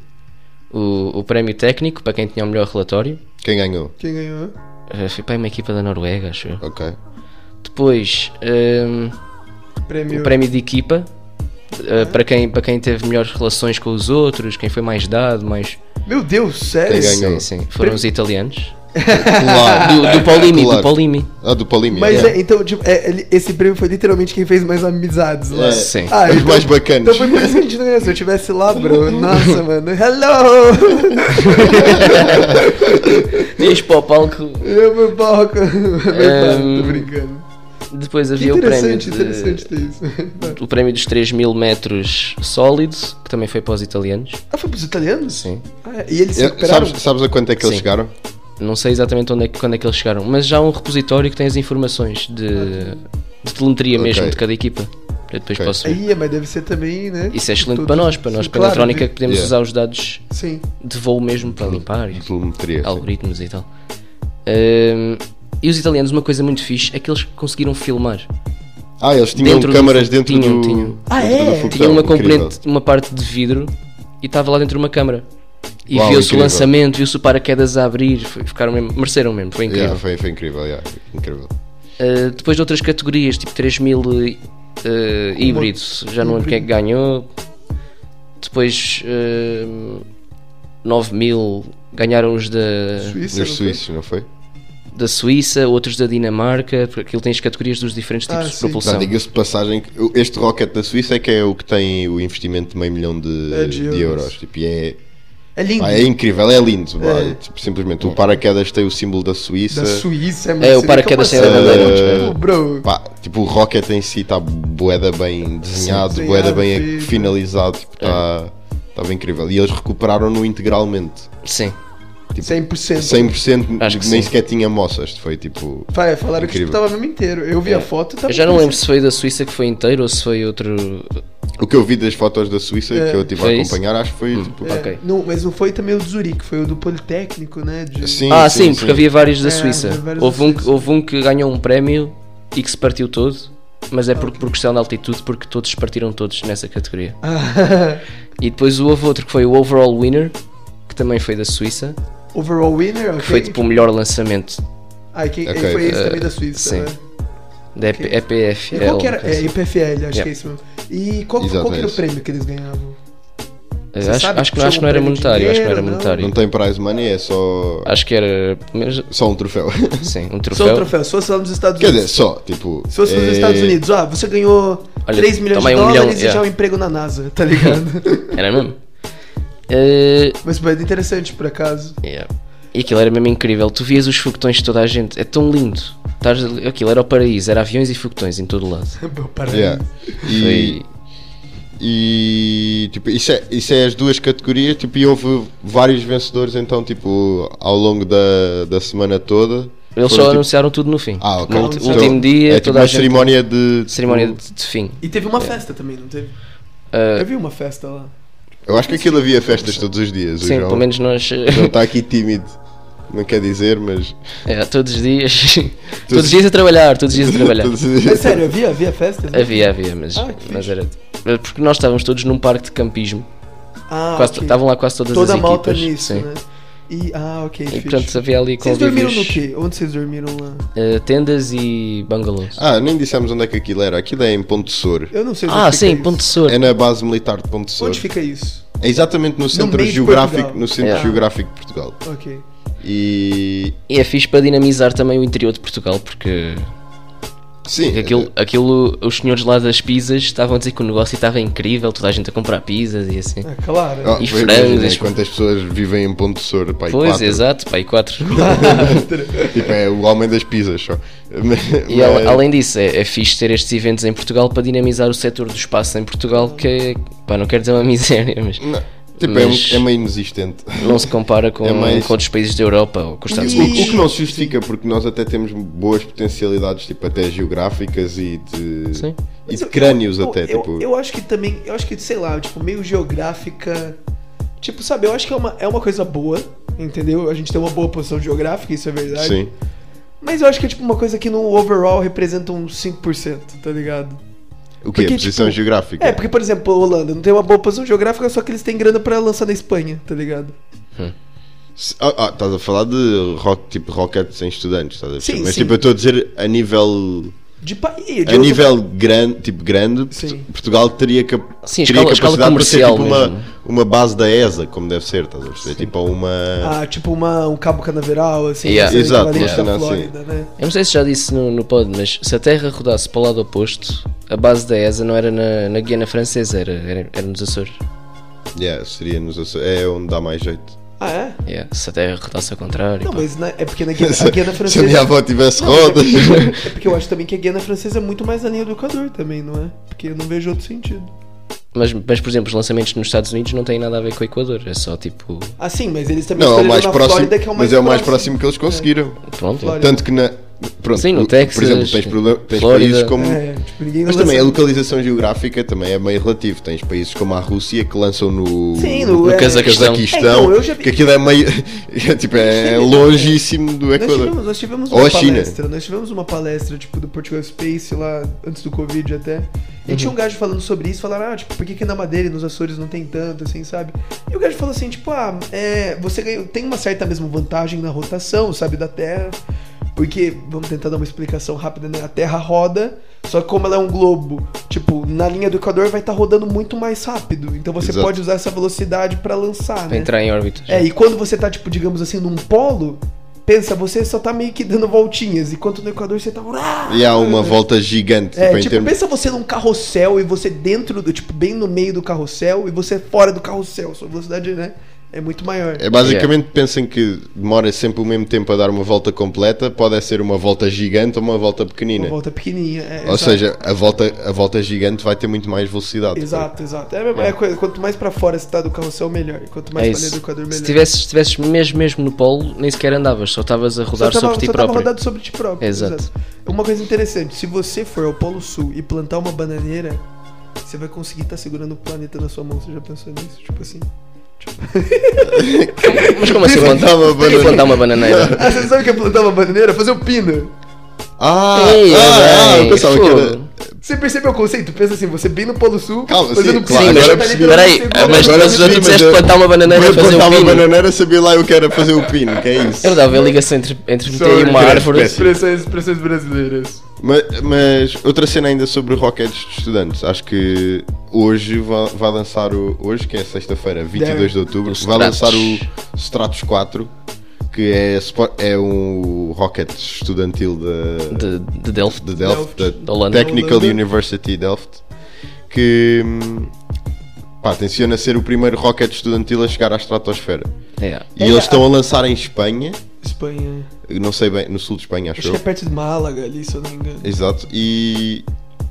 Speaker 3: o, o prémio técnico para quem tinha o melhor relatório.
Speaker 1: Quem ganhou?
Speaker 2: Quem ganhou?
Speaker 3: Eh, Foi para uma equipa da Noruega, acho eu.
Speaker 1: Ok.
Speaker 3: Depois ehm,
Speaker 2: Prêmio.
Speaker 3: o prémio de equipa eh, para, quem, para quem teve melhores relações com os outros, quem foi mais dado, mais.
Speaker 2: Meu Deus, sério?
Speaker 1: Quem ganhou?
Speaker 3: Sim, sim. Foram os italianos.
Speaker 1: Claro.
Speaker 3: Do, do
Speaker 1: Ah,
Speaker 3: Paulimi, do
Speaker 1: é Claro.
Speaker 3: Paulimi.
Speaker 1: Ah, do Palimia.
Speaker 2: Mas
Speaker 1: yeah.
Speaker 2: é, então, tipo, é, ele- esse prêmio foi literalmente quem fez mais amizades lá.
Speaker 1: É,
Speaker 3: Sim.
Speaker 2: Ah,
Speaker 1: Os
Speaker 2: então-
Speaker 1: mais bacanas.
Speaker 2: Então foi por isso que a gente não ganhou. Se eu tivesse lá,
Speaker 3: (laughs)
Speaker 2: bro. Nossa, mano. Hello! (laughs)
Speaker 3: Diz para o palco.
Speaker 2: Eu meu palco. (laughs) É Verdade,
Speaker 3: Hum.
Speaker 2: tô brincando.
Speaker 3: Depois
Speaker 2: Que
Speaker 3: havia o prémio.
Speaker 2: interessante,
Speaker 3: de-
Speaker 2: interessante ter isso. (laughs)
Speaker 3: O prémio dos 3 mil metros sólido, que também foi para os italianos.
Speaker 2: Ah, foi pros italianos?
Speaker 3: Sim.
Speaker 2: Ah, é. e eles se
Speaker 1: É,
Speaker 2: recuperaram?
Speaker 1: sabes, sabes a quanto é que eles
Speaker 3: Sim.
Speaker 1: chegaram?
Speaker 3: Não sei exatamente onde é que, quando é que eles chegaram, mas já há um repositório que tem as informações de de telemetria
Speaker 1: Ok.
Speaker 3: mesmo de cada equipa. Eu depois
Speaker 1: Ok.
Speaker 3: posso.
Speaker 2: Aí, é, mas deve ser também, né?
Speaker 3: Isso é excelente
Speaker 2: Todo-
Speaker 3: para nós, para nós,
Speaker 2: Sim,
Speaker 3: para a
Speaker 2: claro, né?
Speaker 3: eletrónica,
Speaker 2: de-
Speaker 3: que podemos
Speaker 1: Yeah.
Speaker 3: usar os dados
Speaker 2: Sim.
Speaker 3: de voo mesmo para limpar e
Speaker 1: De telemetria. sim.
Speaker 3: algoritmos e tal. Ahm, e os italianos, uma coisa muito fixe é que eles conseguiram filmar.
Speaker 1: Ah, eles tinham
Speaker 3: Dentro do
Speaker 1: câmaras
Speaker 3: fu-
Speaker 1: dentro
Speaker 3: tinham,
Speaker 1: do.
Speaker 3: tinham.
Speaker 2: Ah,
Speaker 1: dentro
Speaker 2: é?
Speaker 1: do foguetão,
Speaker 3: Tinha uma
Speaker 1: Então, incrível.
Speaker 3: componente, uma parte de vidro e estava lá dentro uma câmara. E
Speaker 1: Uau,
Speaker 3: viu-se o
Speaker 1: incrível.
Speaker 3: lançamento, viu-se o paraquedas a abrir, foi- ficaram mesmo, mereceram mesmo, foi incrível.
Speaker 1: Yeah, foi, foi incrível, yeah, incrível.
Speaker 3: Uh, depois de outras categorias, tipo 3000 uh, híbridos, já não lembro quem é que ganhou. Depois uh, 9000 ganharam os da,
Speaker 1: E
Speaker 2: Suíça.
Speaker 1: os
Speaker 2: não foi?
Speaker 1: suíços, não foi?
Speaker 3: da Suíça, outros da Dinamarca, porque aquilo tem as categorias dos diferentes
Speaker 2: Ah,
Speaker 3: tipos de
Speaker 1: Já
Speaker 2: sim.
Speaker 3: propulsão.
Speaker 1: diga-se de passagem que o- este Rocket da Suíça é que é o que tem o investimento de meio milhão de,
Speaker 2: É
Speaker 1: de
Speaker 2: de
Speaker 1: euros.
Speaker 2: euros.
Speaker 1: Tipo, e é,
Speaker 2: É lindo.
Speaker 1: pá, é incrível, é lindo. pá,
Speaker 2: É.
Speaker 1: tipo, simplesmente o paraquedas tem o símbolo da Suíça.
Speaker 2: Da Suíça,
Speaker 3: É, o paraquedas sem
Speaker 1: bandeira.
Speaker 2: Tipo, bro.
Speaker 1: Pá, tipo, o Rocket em si está boeda bem desenhado,
Speaker 2: Sim. é
Speaker 1: boeda
Speaker 2: Desenhado,
Speaker 1: bem
Speaker 2: fixe.
Speaker 1: finalizado. Estava tipo, tá- tava incrível. E eles recuperaram-no integralmente.
Speaker 3: Sim, Tipo,
Speaker 2: 100%.
Speaker 1: 100%
Speaker 3: Acho que
Speaker 1: nem
Speaker 3: sim.
Speaker 1: sequer tinha moças. Foi tipo.
Speaker 2: Pá, falaram que
Speaker 1: Incrível.
Speaker 2: tipo, tava mesmo inteiro. Eu vi a foto e tava
Speaker 3: É. eu já não
Speaker 2: inteiro.
Speaker 3: lembro se foi da Suíça que foi inteiro ou se foi outro.
Speaker 1: O que eu vi das fotos da Suíça
Speaker 2: É.
Speaker 1: que eu estive a
Speaker 3: Foi isso? Hum.
Speaker 1: acompanhar, acho que foi tipo.
Speaker 2: É,
Speaker 3: Ok.
Speaker 2: não, mas não foi também o de Zurique, foi o do Politécnico, né? de-
Speaker 1: Sim,
Speaker 3: ah, sim, porque havia vários da
Speaker 2: É,
Speaker 3: Suíça.
Speaker 2: havia vários da
Speaker 3: houve, um que,
Speaker 2: Suíça.
Speaker 3: houve um que ganhou um prémio e que se partiu todo, mas é por, por questão de altitude, porque todos se partiram todos nessa categoria.
Speaker 2: Ah,
Speaker 3: E depois houve outro que foi o Overall Winner, que também foi da Suíça,
Speaker 2: (laughs) overall winner, ok.
Speaker 3: que foi tipo o melhor lançamento
Speaker 2: Ah, e quem, e
Speaker 1: Ok,
Speaker 2: foi esse
Speaker 3: eh,
Speaker 2: também da Suíça,
Speaker 3: sim.
Speaker 2: né?
Speaker 3: da EP,
Speaker 2: Ok.
Speaker 3: EPF.
Speaker 2: E qual que era?
Speaker 3: alguma coisa
Speaker 2: É,
Speaker 3: assim.
Speaker 2: IPFL, acho
Speaker 3: Yeah.
Speaker 2: que é isso mesmo. E qual, qual que era o
Speaker 1: Exatamente.
Speaker 2: prêmio que eles ganhavam?
Speaker 3: Eh,
Speaker 2: Você
Speaker 3: acho,
Speaker 2: sabe
Speaker 3: acho que
Speaker 2: que
Speaker 3: não, acho que não era
Speaker 2: chegou um
Speaker 3: monetário, acho que não era
Speaker 2: dinheiro, não?
Speaker 3: monetário.
Speaker 1: Não tem prize money, é só.
Speaker 3: Acho que era pelo menos,
Speaker 1: Só um troféu. (laughs)
Speaker 3: sim, um
Speaker 2: Só o
Speaker 3: troféu.
Speaker 2: troféu, se fosse lá nos Estados
Speaker 1: Quer
Speaker 2: Unidos.
Speaker 1: dizer, só, tipo.
Speaker 2: Se fosse nos
Speaker 1: é-
Speaker 2: Estados Unidos, ó, você ganhou
Speaker 3: Olha,
Speaker 2: 3 milhões
Speaker 3: toma
Speaker 2: de
Speaker 3: aí um
Speaker 2: dólares e
Speaker 3: milhão, yeah.
Speaker 2: já um emprego na NASA,
Speaker 1: (laughs)
Speaker 2: tá ligado?
Speaker 3: Era mesmo. Eh,
Speaker 2: mas foi interessante, por acaso.
Speaker 3: Yeah. E aquilo era mesmo incrível. Tu vias os foguetões de toda a gente, é tão lindo. Estás ali- Aquilo era o paraíso, era aviões e foguetões em todo o lado.
Speaker 2: Bom, Parabéns.
Speaker 1: Yeah. E,
Speaker 3: Foi-
Speaker 1: e, tipo, isso é, isso é as duas categorias. Tipo, e houve vários vencedores, então, tipo, ao longo da, da semana toda. Foram,
Speaker 3: Eles só
Speaker 1: tipo-
Speaker 3: anunciaram tudo no fim.
Speaker 1: Ah, ok.
Speaker 3: No
Speaker 2: ulti-
Speaker 1: Então,
Speaker 3: último dia,
Speaker 1: é tipo
Speaker 3: toda a
Speaker 1: uma
Speaker 3: gente-
Speaker 1: cerimónia de. tipo,
Speaker 3: Cerimónia de, de fim. Eh,
Speaker 2: E teve
Speaker 3: É.
Speaker 2: uma festa também, não teve? Eu vi uma festa lá.
Speaker 1: Eu acho que aquilo havia festas todos os dias. o tá-
Speaker 3: Sim,
Speaker 1: João
Speaker 3: pelo menos nós.
Speaker 1: Não está aqui tímido. Não quer dizer, mas.
Speaker 3: (laughs) é, todos os dias. (laughs) todos os dias a trabalhar, todos os dias a trabalhar.
Speaker 1: Todos os
Speaker 2: É
Speaker 1: dias-
Speaker 2: sério, havia, havia festas? né?
Speaker 3: havia, havia, mas,
Speaker 2: Ah, que fixe.
Speaker 3: mas era. Porque nós estávamos todos num parque de campismo.
Speaker 2: Ah,
Speaker 3: Quase-
Speaker 2: ok.
Speaker 3: Estavam lá quase todas
Speaker 2: Toda
Speaker 3: as
Speaker 2: a malta
Speaker 3: equipas.
Speaker 2: nisso,
Speaker 3: sim.
Speaker 2: né? E, ah, ok,
Speaker 3: E
Speaker 2: fixe.
Speaker 3: portanto havia ali
Speaker 2: Vocês dormiram no
Speaker 3: convívios,
Speaker 2: quê? Onde vocês dormiram lá?
Speaker 3: eh, tendas e bungalows.
Speaker 1: Ah, nem dissemos onde é que aquilo era. Aquilo é em Ponte Sor.
Speaker 2: Eu não sei onde
Speaker 3: Ah,
Speaker 2: fica
Speaker 3: sim,
Speaker 2: isso.
Speaker 3: Ponte Sor.
Speaker 1: É na base militar de Ponte Sor.
Speaker 2: Onde fica isso?
Speaker 1: É exatamente no centro
Speaker 2: meio de
Speaker 1: geográfico,
Speaker 2: Portugal.
Speaker 1: no centro
Speaker 3: Yeah.
Speaker 1: geográfico de Portugal.
Speaker 2: Ok.
Speaker 1: E
Speaker 3: E é fixe para dinamizar também o interior de Portugal, porque
Speaker 1: sim, é-
Speaker 3: aquilo, aquilo, os senhores lá das pizzas estavam a dizer que o negócio estava incrível, toda a gente a comprar pizzas e assim.
Speaker 2: Ah, claro.
Speaker 1: Oh,
Speaker 3: E
Speaker 1: pois,
Speaker 3: frangos,
Speaker 1: imagina
Speaker 3: e-
Speaker 1: quantas pessoas vivem em Ponte Sor, pai,
Speaker 3: pois,
Speaker 1: quatro.
Speaker 3: exato, pai, quatro.
Speaker 1: (laughs) Tipo, é o homem das pizzas só. Mas-
Speaker 3: e al- além disso, é, é fixe ter estes eventos em Portugal para dinamizar o setor do espaço em Portugal, que é, pá, não quero dizer uma (laughs) miséria, mas
Speaker 1: Não, tipo, é um-
Speaker 3: mas-
Speaker 1: é meio inexistente.
Speaker 3: não se compara com,
Speaker 1: É mais-
Speaker 3: com outros países da Europa ou com os Estados
Speaker 1: O,
Speaker 3: Unidos.
Speaker 1: o que não se justifica, porque nós até temos boas potencialidades, tipo, até geográficas e de,
Speaker 3: Sim.
Speaker 1: e
Speaker 2: Mas
Speaker 1: de
Speaker 2: eu-
Speaker 1: crânios
Speaker 2: eu-
Speaker 1: até,
Speaker 2: eu,
Speaker 1: tipo...
Speaker 2: Eu acho que também, eu acho que, sei lá, tipo, meio geográfica. Tipo, sabe, eu acho que é uma, é uma coisa boa, entendeu? A gente tem uma boa posição geográfica, isso é verdade.
Speaker 1: Sim.
Speaker 2: Mas eu acho que é tipo uma coisa que no overall representa um uns 5%, tá ligado?
Speaker 1: O que é?
Speaker 2: Porque,
Speaker 1: Posição
Speaker 2: tipo,
Speaker 1: geográfica?
Speaker 2: É, porque, por exemplo, a Holanda não tem uma boa posição geográfica, só que eles têm grana pra lançar na Espanha, tá ligado?
Speaker 1: Se- Ah, ah, estás a falar de rock, tipo rockets sem estudantes, estás a perceber?
Speaker 2: Sim,
Speaker 1: Mas
Speaker 2: sim.
Speaker 1: tipo, eu estou a dizer a nível.
Speaker 2: De país. De
Speaker 1: a
Speaker 2: outro-
Speaker 1: É nível grande, tipo grande, Portu-
Speaker 2: Sim.
Speaker 1: Portugal teria, cap-
Speaker 3: Sim,
Speaker 1: teria
Speaker 3: escala- escala
Speaker 1: capacidade para ser tipo
Speaker 3: comercial né?
Speaker 1: uma, uma base da ESA, como deve ser, estás a perceber? Tipo uma.
Speaker 2: Ah, tipo uma, um Cabo Canaveral, assim,
Speaker 3: Yeah.
Speaker 2: assim,
Speaker 1: Exato,
Speaker 2: equivalente
Speaker 1: yeah.
Speaker 2: da
Speaker 1: Não, sim.
Speaker 2: Flórida, né?
Speaker 3: Eu não sei se já disse no, no pod, mas se a Terra rodasse para o lado oposto, a base da ESA não era na, na Guiana Francesa, era, era, era nos Açores.
Speaker 1: Yeah, seria nos Aço- É onde dá mais jeito.
Speaker 2: Ah, é?
Speaker 3: Yeah, se a Terra rodasse ao contrário.
Speaker 2: Não,
Speaker 3: pá.
Speaker 2: mas na- é porque
Speaker 1: (laughs)
Speaker 2: na Guiana,
Speaker 1: Se
Speaker 2: a Guiana
Speaker 1: se a
Speaker 2: Francesa.
Speaker 1: minha avó tivesse
Speaker 2: Não, (laughs)
Speaker 1: rodas.
Speaker 2: É porque eu acho também que a Guiana Francesa é muito mais a linha do Equador também, não é? Porque eu não vejo outro sentido.
Speaker 3: Mas, mas, por exemplo, os lançamentos nos Estados Unidos não têm nada a ver com o Equador, é só tipo.
Speaker 2: Ah, sim, mas eles também
Speaker 1: Não, é o
Speaker 2: escolheram
Speaker 1: mais
Speaker 2: na
Speaker 1: próximo.
Speaker 2: Flórida, que é o mais
Speaker 1: mas é o mais próximo que eles conseguiram.
Speaker 3: Pronto.
Speaker 2: Flórida.
Speaker 1: Tanto que na. Pronto,
Speaker 3: Sim, no
Speaker 1: o-
Speaker 3: Texas,
Speaker 1: por exemplo, tens, problema- tens
Speaker 3: Flórida.
Speaker 1: países como.
Speaker 2: É, tipo, ninguém
Speaker 1: Mas
Speaker 2: lança-
Speaker 1: também a localização geográfica também é meio relativo. Tens países como a Rússia que lançam no,
Speaker 2: Sim, no- é.
Speaker 3: Cazaquistão.
Speaker 2: É, então,
Speaker 1: Cazaquistão,
Speaker 2: eu já vi-
Speaker 1: que aquilo é meio. (laughs) é, tipo, é
Speaker 2: Nós tivemos-
Speaker 1: longíssimo do
Speaker 2: Nós
Speaker 1: Equador.
Speaker 2: tivemos, nós tivemos
Speaker 1: Ou
Speaker 2: uma
Speaker 1: a é China.
Speaker 2: palestra, nós tivemos uma palestra, tipo, do Portugal Space lá, antes do Covid até. E tinha um gajo falando sobre isso, falaram, ah, tipo, por que, que na Madeira e nos Açores não tem tanto, assim, sabe? E o gajo falou assim, tipo, ah, é, você ganhou, tem uma certa mesmo vantagem na rotação, sabe, da Terra. Porque, vamos tentar dar uma explicação rápida, né? A Terra roda, só que como ela é um globo, tipo, na linha do Equador vai estar rodando muito mais rápido. Então você
Speaker 1: Exato.
Speaker 2: pode usar essa velocidade pra lançar,
Speaker 3: Para
Speaker 2: né?
Speaker 3: entrar em órbita.
Speaker 2: É, e quando você tá, tipo, digamos assim, num polo, pensa, você só tá meio que dando voltinhas, enquanto no Equador você tá.
Speaker 1: E há uma volta gigante.
Speaker 2: É,
Speaker 1: tipo, em
Speaker 2: tipo,
Speaker 1: termos-
Speaker 2: pensa você num carrossel e você dentro do, tipo, bem no meio do carrossel e você fora do carrossel. Sua velocidade, né? É muito maior.
Speaker 1: É basicamente pensem que demora sempre o mesmo tempo a dar uma volta completa, pode é ser uma volta gigante ou uma volta pequenina.
Speaker 2: Uma volta pequenininha. é,
Speaker 1: né? ou
Speaker 2: exato.
Speaker 1: seja, a volta, a volta gigante vai ter muito mais velocidade.
Speaker 2: Exato, exato. É a mesma coisa. Quanto mais pra fora você tá do carrossel, melhor. E quanto mais
Speaker 3: É
Speaker 2: pra dentro
Speaker 3: isso.
Speaker 2: do Equador, melhor.
Speaker 3: Se tivesses, se tivesses mesmo, mesmo no polo, nem sequer andavas, só estavas a
Speaker 2: Só
Speaker 3: rodar
Speaker 2: tava-
Speaker 3: sobre ti
Speaker 2: só tava
Speaker 3: próprio.
Speaker 2: rodado sobre ti próprio.
Speaker 3: Exato.
Speaker 2: Uma coisa interessante, se você for ao Polo Sul e plantar uma bananeira, você vai conseguir estar segurando o planeta na sua mão. Você já pensou nisso? Tipo (laughs) assim.
Speaker 3: (laughs) Mas como assim plantar uma bananeira? Plantar uma bananeira.
Speaker 2: (laughs) Ah, você sabe o que é plantar uma bananeira? Fazer o pino.
Speaker 1: Ah,
Speaker 3: Ei, é
Speaker 1: ah, ah,
Speaker 3: bem,
Speaker 1: eu pensava que era.
Speaker 3: fogo.
Speaker 2: Você percebeu o conceito? Pensa assim, você bem no Polo Sul,
Speaker 1: Calma,
Speaker 2: fazendo
Speaker 1: sim,
Speaker 2: pino.
Speaker 1: claro,
Speaker 3: Sim, mas
Speaker 1: agora é
Speaker 2: Tá
Speaker 1: percebi.
Speaker 2: literalmente
Speaker 3: peraí,
Speaker 2: segurando-
Speaker 3: É, mas
Speaker 1: é, Agora
Speaker 3: mas tu
Speaker 1: percebi,
Speaker 3: disseste
Speaker 1: mas eu-
Speaker 3: plantar uma bananeira e
Speaker 1: Eu
Speaker 3: fazer um
Speaker 1: plantava
Speaker 3: pino.
Speaker 1: bananeira, sabia lá eu que era fazer o pino, que é isso.
Speaker 3: Eu não dava a ligação entre, entre meter aí uma
Speaker 1: Sorry.
Speaker 3: árvore.
Speaker 1: Péssimo.
Speaker 2: Expressões, expressões brasileiras.
Speaker 1: Ma- Mas, outra cena ainda sobre rockets de estudantes. Acho que hoje va- vai, lançar o. Hoje, que é sexta-feira, 22 de outubro,
Speaker 3: O
Speaker 1: vai
Speaker 3: Stratos.
Speaker 1: lançar o Stratos 4, que é, spo- é um rocket estudantil da
Speaker 3: De, de Delft.
Speaker 1: de Delft,
Speaker 2: Delft.
Speaker 1: da
Speaker 3: Da Holanda.
Speaker 1: Technical
Speaker 2: Holanda.
Speaker 1: University Delft, que hum, pá, tenciona ser o primeiro rocket estudantil a chegar à estratosfera.
Speaker 3: É.
Speaker 1: E eles
Speaker 2: ah.
Speaker 1: estão a lançar em Espanha,
Speaker 2: Espanha.
Speaker 1: não sei bem, no sul de Espanha, acho,
Speaker 2: Acho que
Speaker 1: eu.
Speaker 2: é perto de Málaga ali, se eu não me engano.
Speaker 1: Exato. E,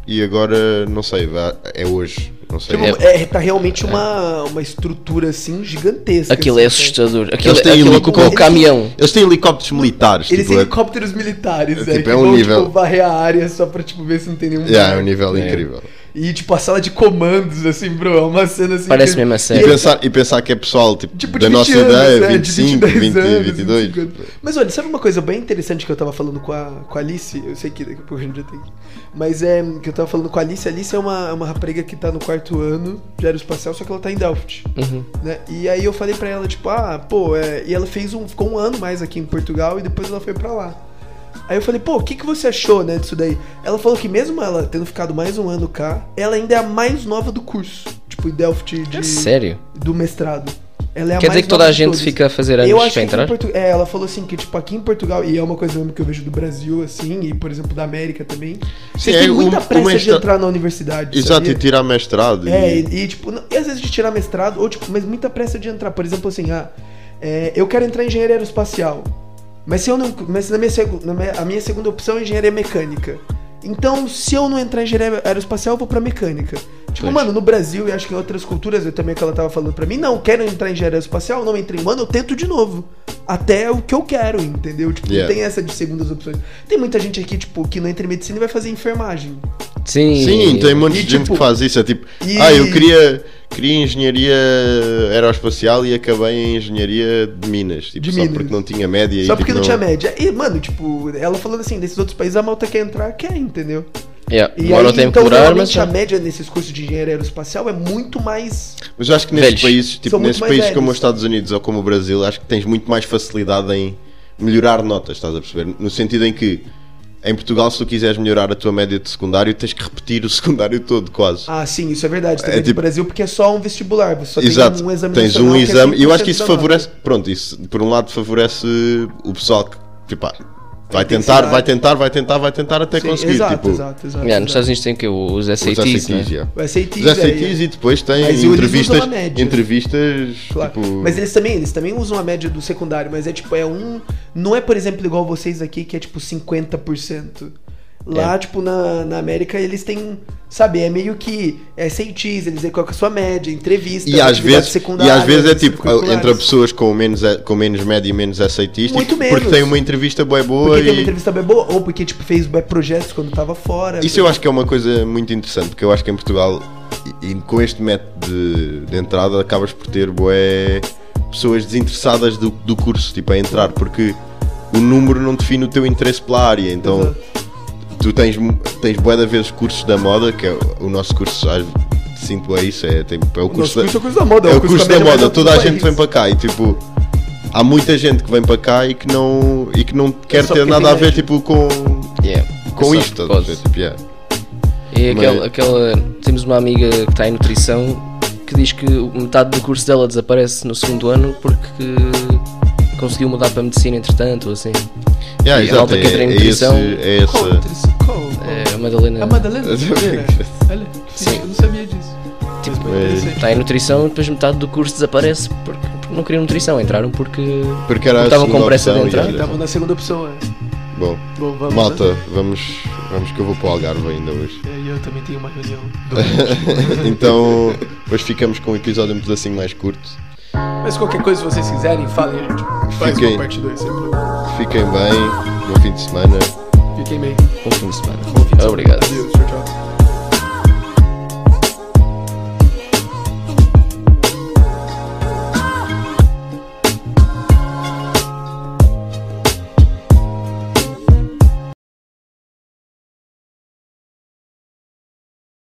Speaker 1: e agora, não sei, vá- é hoje. Não sei.
Speaker 2: Tipo, é, tá realmente uma, uma estrutura assim gigantesca.
Speaker 3: Aquilo
Speaker 2: assim,
Speaker 3: é
Speaker 2: sabe?
Speaker 3: assustador. Aquilo,
Speaker 1: têm
Speaker 3: aquilo
Speaker 1: helicóptero.
Speaker 3: ocupa o caminhão.
Speaker 1: É Eles têm helicópteros militares.
Speaker 2: Eles
Speaker 1: tipo,
Speaker 2: têm
Speaker 1: é-
Speaker 2: helicópteros militares,
Speaker 1: é
Speaker 2: é,
Speaker 1: tipo,
Speaker 2: que
Speaker 1: é um
Speaker 2: vão,
Speaker 1: nível-
Speaker 2: tipo, varrer a área só pra, tipo, ver se não tem nenhum...
Speaker 1: Yeah, é um
Speaker 2: lugar.
Speaker 1: nível
Speaker 3: É.
Speaker 1: incrível.
Speaker 2: E, tipo, a sala de comandos, assim, bro, é uma cena assim...
Speaker 3: Parece
Speaker 2: que-
Speaker 3: mesmo a
Speaker 1: E
Speaker 3: sério.
Speaker 1: pensar, e pensar que é pessoal tipo,
Speaker 2: Tipo,
Speaker 1: da
Speaker 2: de 20
Speaker 1: nossa
Speaker 2: anos,
Speaker 1: ideia,
Speaker 2: né? De
Speaker 1: 25,
Speaker 2: 22
Speaker 1: 20,
Speaker 2: anos, assim,
Speaker 1: 22.
Speaker 2: 25. Mas olha, sabe uma coisa bem interessante que eu tava falando com a, com a Alice? Eu sei que daqui a pouco a gente já tem. que- Mas é que eu tava falando com a Alice. A Alice é uma, é uma rapariga que tá no quarto ano de aeroespacial, só que ela tá em Delft.
Speaker 3: Uhum.
Speaker 2: né? E aí eu falei pra ela, tipo, ah, pô, é... e ela fez um, ficou um ano mais aqui em Portugal e depois ela foi pra lá. Aí eu falei, pô, o que, que você achou, né, disso daí? Ela falou que mesmo ela tendo ficado mais um ano cá, ela ainda é a mais nova do curso, tipo, em Delft de,
Speaker 3: É sério.
Speaker 2: do mestrado. Ela é a
Speaker 3: Quer
Speaker 2: mais
Speaker 3: dizer que toda
Speaker 2: nova
Speaker 3: a
Speaker 2: de
Speaker 3: gente
Speaker 2: todas.
Speaker 3: fica a fazer
Speaker 2: Eu acho
Speaker 3: anos
Speaker 2: que aqui
Speaker 3: para
Speaker 2: em
Speaker 3: entrar?
Speaker 2: Portu- é, ela falou assim que, tipo, aqui em Portugal, e é uma coisa mesmo que eu vejo do Brasil, assim, e por exemplo da América também, você
Speaker 1: Sim,
Speaker 2: tem
Speaker 1: é, o-
Speaker 2: muita
Speaker 1: o
Speaker 2: pressa de
Speaker 1: mestra-
Speaker 2: entrar na universidade.
Speaker 1: Exato,
Speaker 2: sabia?
Speaker 1: e tirar mestrado.
Speaker 2: É,
Speaker 1: e-
Speaker 2: e, e, tipo, não- e às vezes de tirar mestrado, ou tipo, mas muita pressa de entrar. Por exemplo, assim, ah, é, eu quero entrar em engenharia aeroespacial. Mas se eu não. Mas na minha, segu- na minha- a minha segunda opção é engenharia mecânica. Então, se eu não entrar em engenharia aeroespacial, eu vou pra mecânica. Tipo,
Speaker 3: Pois.
Speaker 2: mano, no Brasil e acho que em outras culturas, eu também é que ela tava falando pra mim, não, quero entrar em engenharia aeroespacial, não entrei. Mano, eu tento de novo. Até o que eu quero, entendeu? Tipo,
Speaker 1: Yeah.
Speaker 2: não tem essa de segundas opções. Tem muita gente aqui, tipo, que não entra em medicina e vai fazer enfermagem.
Speaker 3: Sim.
Speaker 1: Sim, tem muitos
Speaker 2: E,
Speaker 1: de gente
Speaker 2: tipo,
Speaker 1: que faz isso. É tipo,
Speaker 2: e-
Speaker 1: ah, eu queria, queria engenharia aeroespacial e acabei em engenharia de minas. Tipo,
Speaker 2: De
Speaker 1: só
Speaker 2: Minas.
Speaker 1: porque não tinha média.
Speaker 2: Só
Speaker 1: e, tipo,
Speaker 2: porque não tinha média. E, mano, tipo, ela falando assim, desses outros países a malta quer entrar, quer, entendeu?
Speaker 3: Yeah.
Speaker 2: E
Speaker 3: Demora
Speaker 1: um
Speaker 2: aí,
Speaker 3: o tempo né?
Speaker 2: então,
Speaker 3: a curar, mas.
Speaker 2: normalmente
Speaker 1: é.
Speaker 2: a média nesses cursos de engenharia aeroespacial é muito mais...
Speaker 1: Mas eu acho que nesses
Speaker 3: Velhos.
Speaker 1: países, tipo,
Speaker 2: São muito
Speaker 1: nesses
Speaker 2: mais
Speaker 1: países
Speaker 2: velhos.
Speaker 1: como os Estados Unidos ou como o Brasil, acho que tens muito mais facilidade em melhorar notas, estás a perceber? No sentido em que, em Portugal, se tu quiseres melhorar a tua média de secundário, tens que repetir o (laughs) secundário todo, quase.
Speaker 2: Ah, sim, isso é verdade. Também
Speaker 1: É, tipo-
Speaker 2: no Brasil, porque é só um vestibular. Você só
Speaker 1: Exato,
Speaker 2: tem um exame
Speaker 1: tens
Speaker 2: nacional
Speaker 1: um
Speaker 2: que é
Speaker 1: exame. E eu acho que
Speaker 2: 100%
Speaker 1: isso
Speaker 2: da nota.
Speaker 1: favorece, pronto, isso por um lado favorece o pessoal que, tipo, ah, vai
Speaker 2: Tem que
Speaker 1: tentar,
Speaker 2: ensinar.
Speaker 1: vai tentar, vai tentar, vai tentar até
Speaker 2: Sim,
Speaker 1: conseguir.
Speaker 2: Exato,
Speaker 1: tipo,
Speaker 2: exato, exato.
Speaker 3: Yeah, É, nos
Speaker 2: exato.
Speaker 3: Estados Unidos tem que os
Speaker 1: os
Speaker 3: SATs. né?
Speaker 1: SATs, yeah.
Speaker 2: Os SATs,
Speaker 1: Os SATs
Speaker 2: é,
Speaker 1: e depois tem
Speaker 2: Mas eles usam
Speaker 1: entrevistas,
Speaker 2: a média.
Speaker 1: entrevistas,
Speaker 2: claro.
Speaker 1: tipo,
Speaker 2: Mas é eles também, eles também usam a média do secundário, mas é tipo, é um... Não é, por exemplo, igual vocês aqui, que é tipo 50%. Lá, tipo, na, na América, eles têm. Sabe, é meio que SATs, eles é, colocam a sua média, entrevista,
Speaker 1: E às,
Speaker 2: atividade
Speaker 1: vezes, e
Speaker 2: secundária,
Speaker 1: às vezes é tipo,
Speaker 2: extracurriculares.
Speaker 1: entre pessoas com menos, eh, com menos média e menos aceitística,
Speaker 2: Muito
Speaker 1: porque
Speaker 2: menos.
Speaker 1: tem uma entrevista boa boa
Speaker 2: Porque tem
Speaker 1: e...
Speaker 2: uma entrevista bem boa, ou porque tipo, fez bué projetos quando tava fora.
Speaker 1: Isso eu acho que é uma coisa muito interessante, porque eu acho que em Portugal, e, e com este método de, de entrada, acabas por ter bué, pessoas desinteressadas do, do curso, tipo, a entrar, porque o número não define o teu interesse pela área, então
Speaker 2: Exato.
Speaker 1: tu tens, mu- tens bué de vezes cursos da moda, que é o- o nosso curso, às- sinto é isso, é, tem- é o curso
Speaker 2: nosso
Speaker 1: da
Speaker 2: curso é o curso da moda,
Speaker 1: é
Speaker 2: é
Speaker 1: o
Speaker 2: o curso
Speaker 1: curso
Speaker 2: que a
Speaker 1: da
Speaker 2: média
Speaker 1: moda,
Speaker 2: maior do
Speaker 1: toda a
Speaker 2: país.
Speaker 1: gente vem para cá e tipo há muita gente que vem para cá e que não e que não quer
Speaker 2: É só
Speaker 1: ter nada a ver
Speaker 2: privilégio.
Speaker 1: tipo com
Speaker 3: Yeah.
Speaker 1: com
Speaker 2: É
Speaker 3: Só
Speaker 1: isto, estás a
Speaker 3: pode.
Speaker 1: ver? Tipo, yeah.
Speaker 3: É aquela,
Speaker 1: Mas-
Speaker 3: aquela- Temos uma amiga que está em nutrição que diz que metade do curso dela desaparece no segundo ano porque conseguiu mudar para medicina entretanto, ou assim.
Speaker 1: Yeah,
Speaker 3: E a
Speaker 1: exato,
Speaker 3: malta
Speaker 1: é,
Speaker 3: que entra em
Speaker 1: é esse,
Speaker 3: nutrição-
Speaker 1: é
Speaker 4: Qual?
Speaker 1: esse.
Speaker 4: Isso, Qual? qual?
Speaker 3: É, a Madalena
Speaker 4: A Madalena? Olha, olha,
Speaker 3: Sim.
Speaker 4: eu não sabia disso.
Speaker 3: Tipo,
Speaker 4: Mas bem interessante.
Speaker 3: está em nutrição e depois metade do curso desaparece porque, porque não queriam nutrição, entraram porque.
Speaker 1: Porque era a
Speaker 3: Estavam com
Speaker 1: segunda
Speaker 3: pressa de
Speaker 1: opção,
Speaker 3: entrar?
Speaker 1: yeah,
Speaker 2: Tava
Speaker 1: yeah.
Speaker 2: na segunda opção, é.
Speaker 1: Bom,
Speaker 4: Bom, vamos. né?
Speaker 1: malta, vamos, vamos que eu vou para o Algarve ainda hoje. (laughs)
Speaker 4: É, E eu também tenho uma reunião.
Speaker 3: (laughs)
Speaker 1: então, hoje ficamos com um episódio um pedacinho mais curto.
Speaker 4: Mas qualquer coisa, se vocês quiserem, falem, a gente faz
Speaker 1: Fiquem.
Speaker 4: uma parte 2. sem problema.
Speaker 1: Fiquem bem, bom fim de semana.
Speaker 4: Fiquem bem.
Speaker 3: Bom fim de semana.
Speaker 1: um
Speaker 4: Bom fim de semana.
Speaker 3: Obrigado.
Speaker 4: Adeus, tchau, tchau.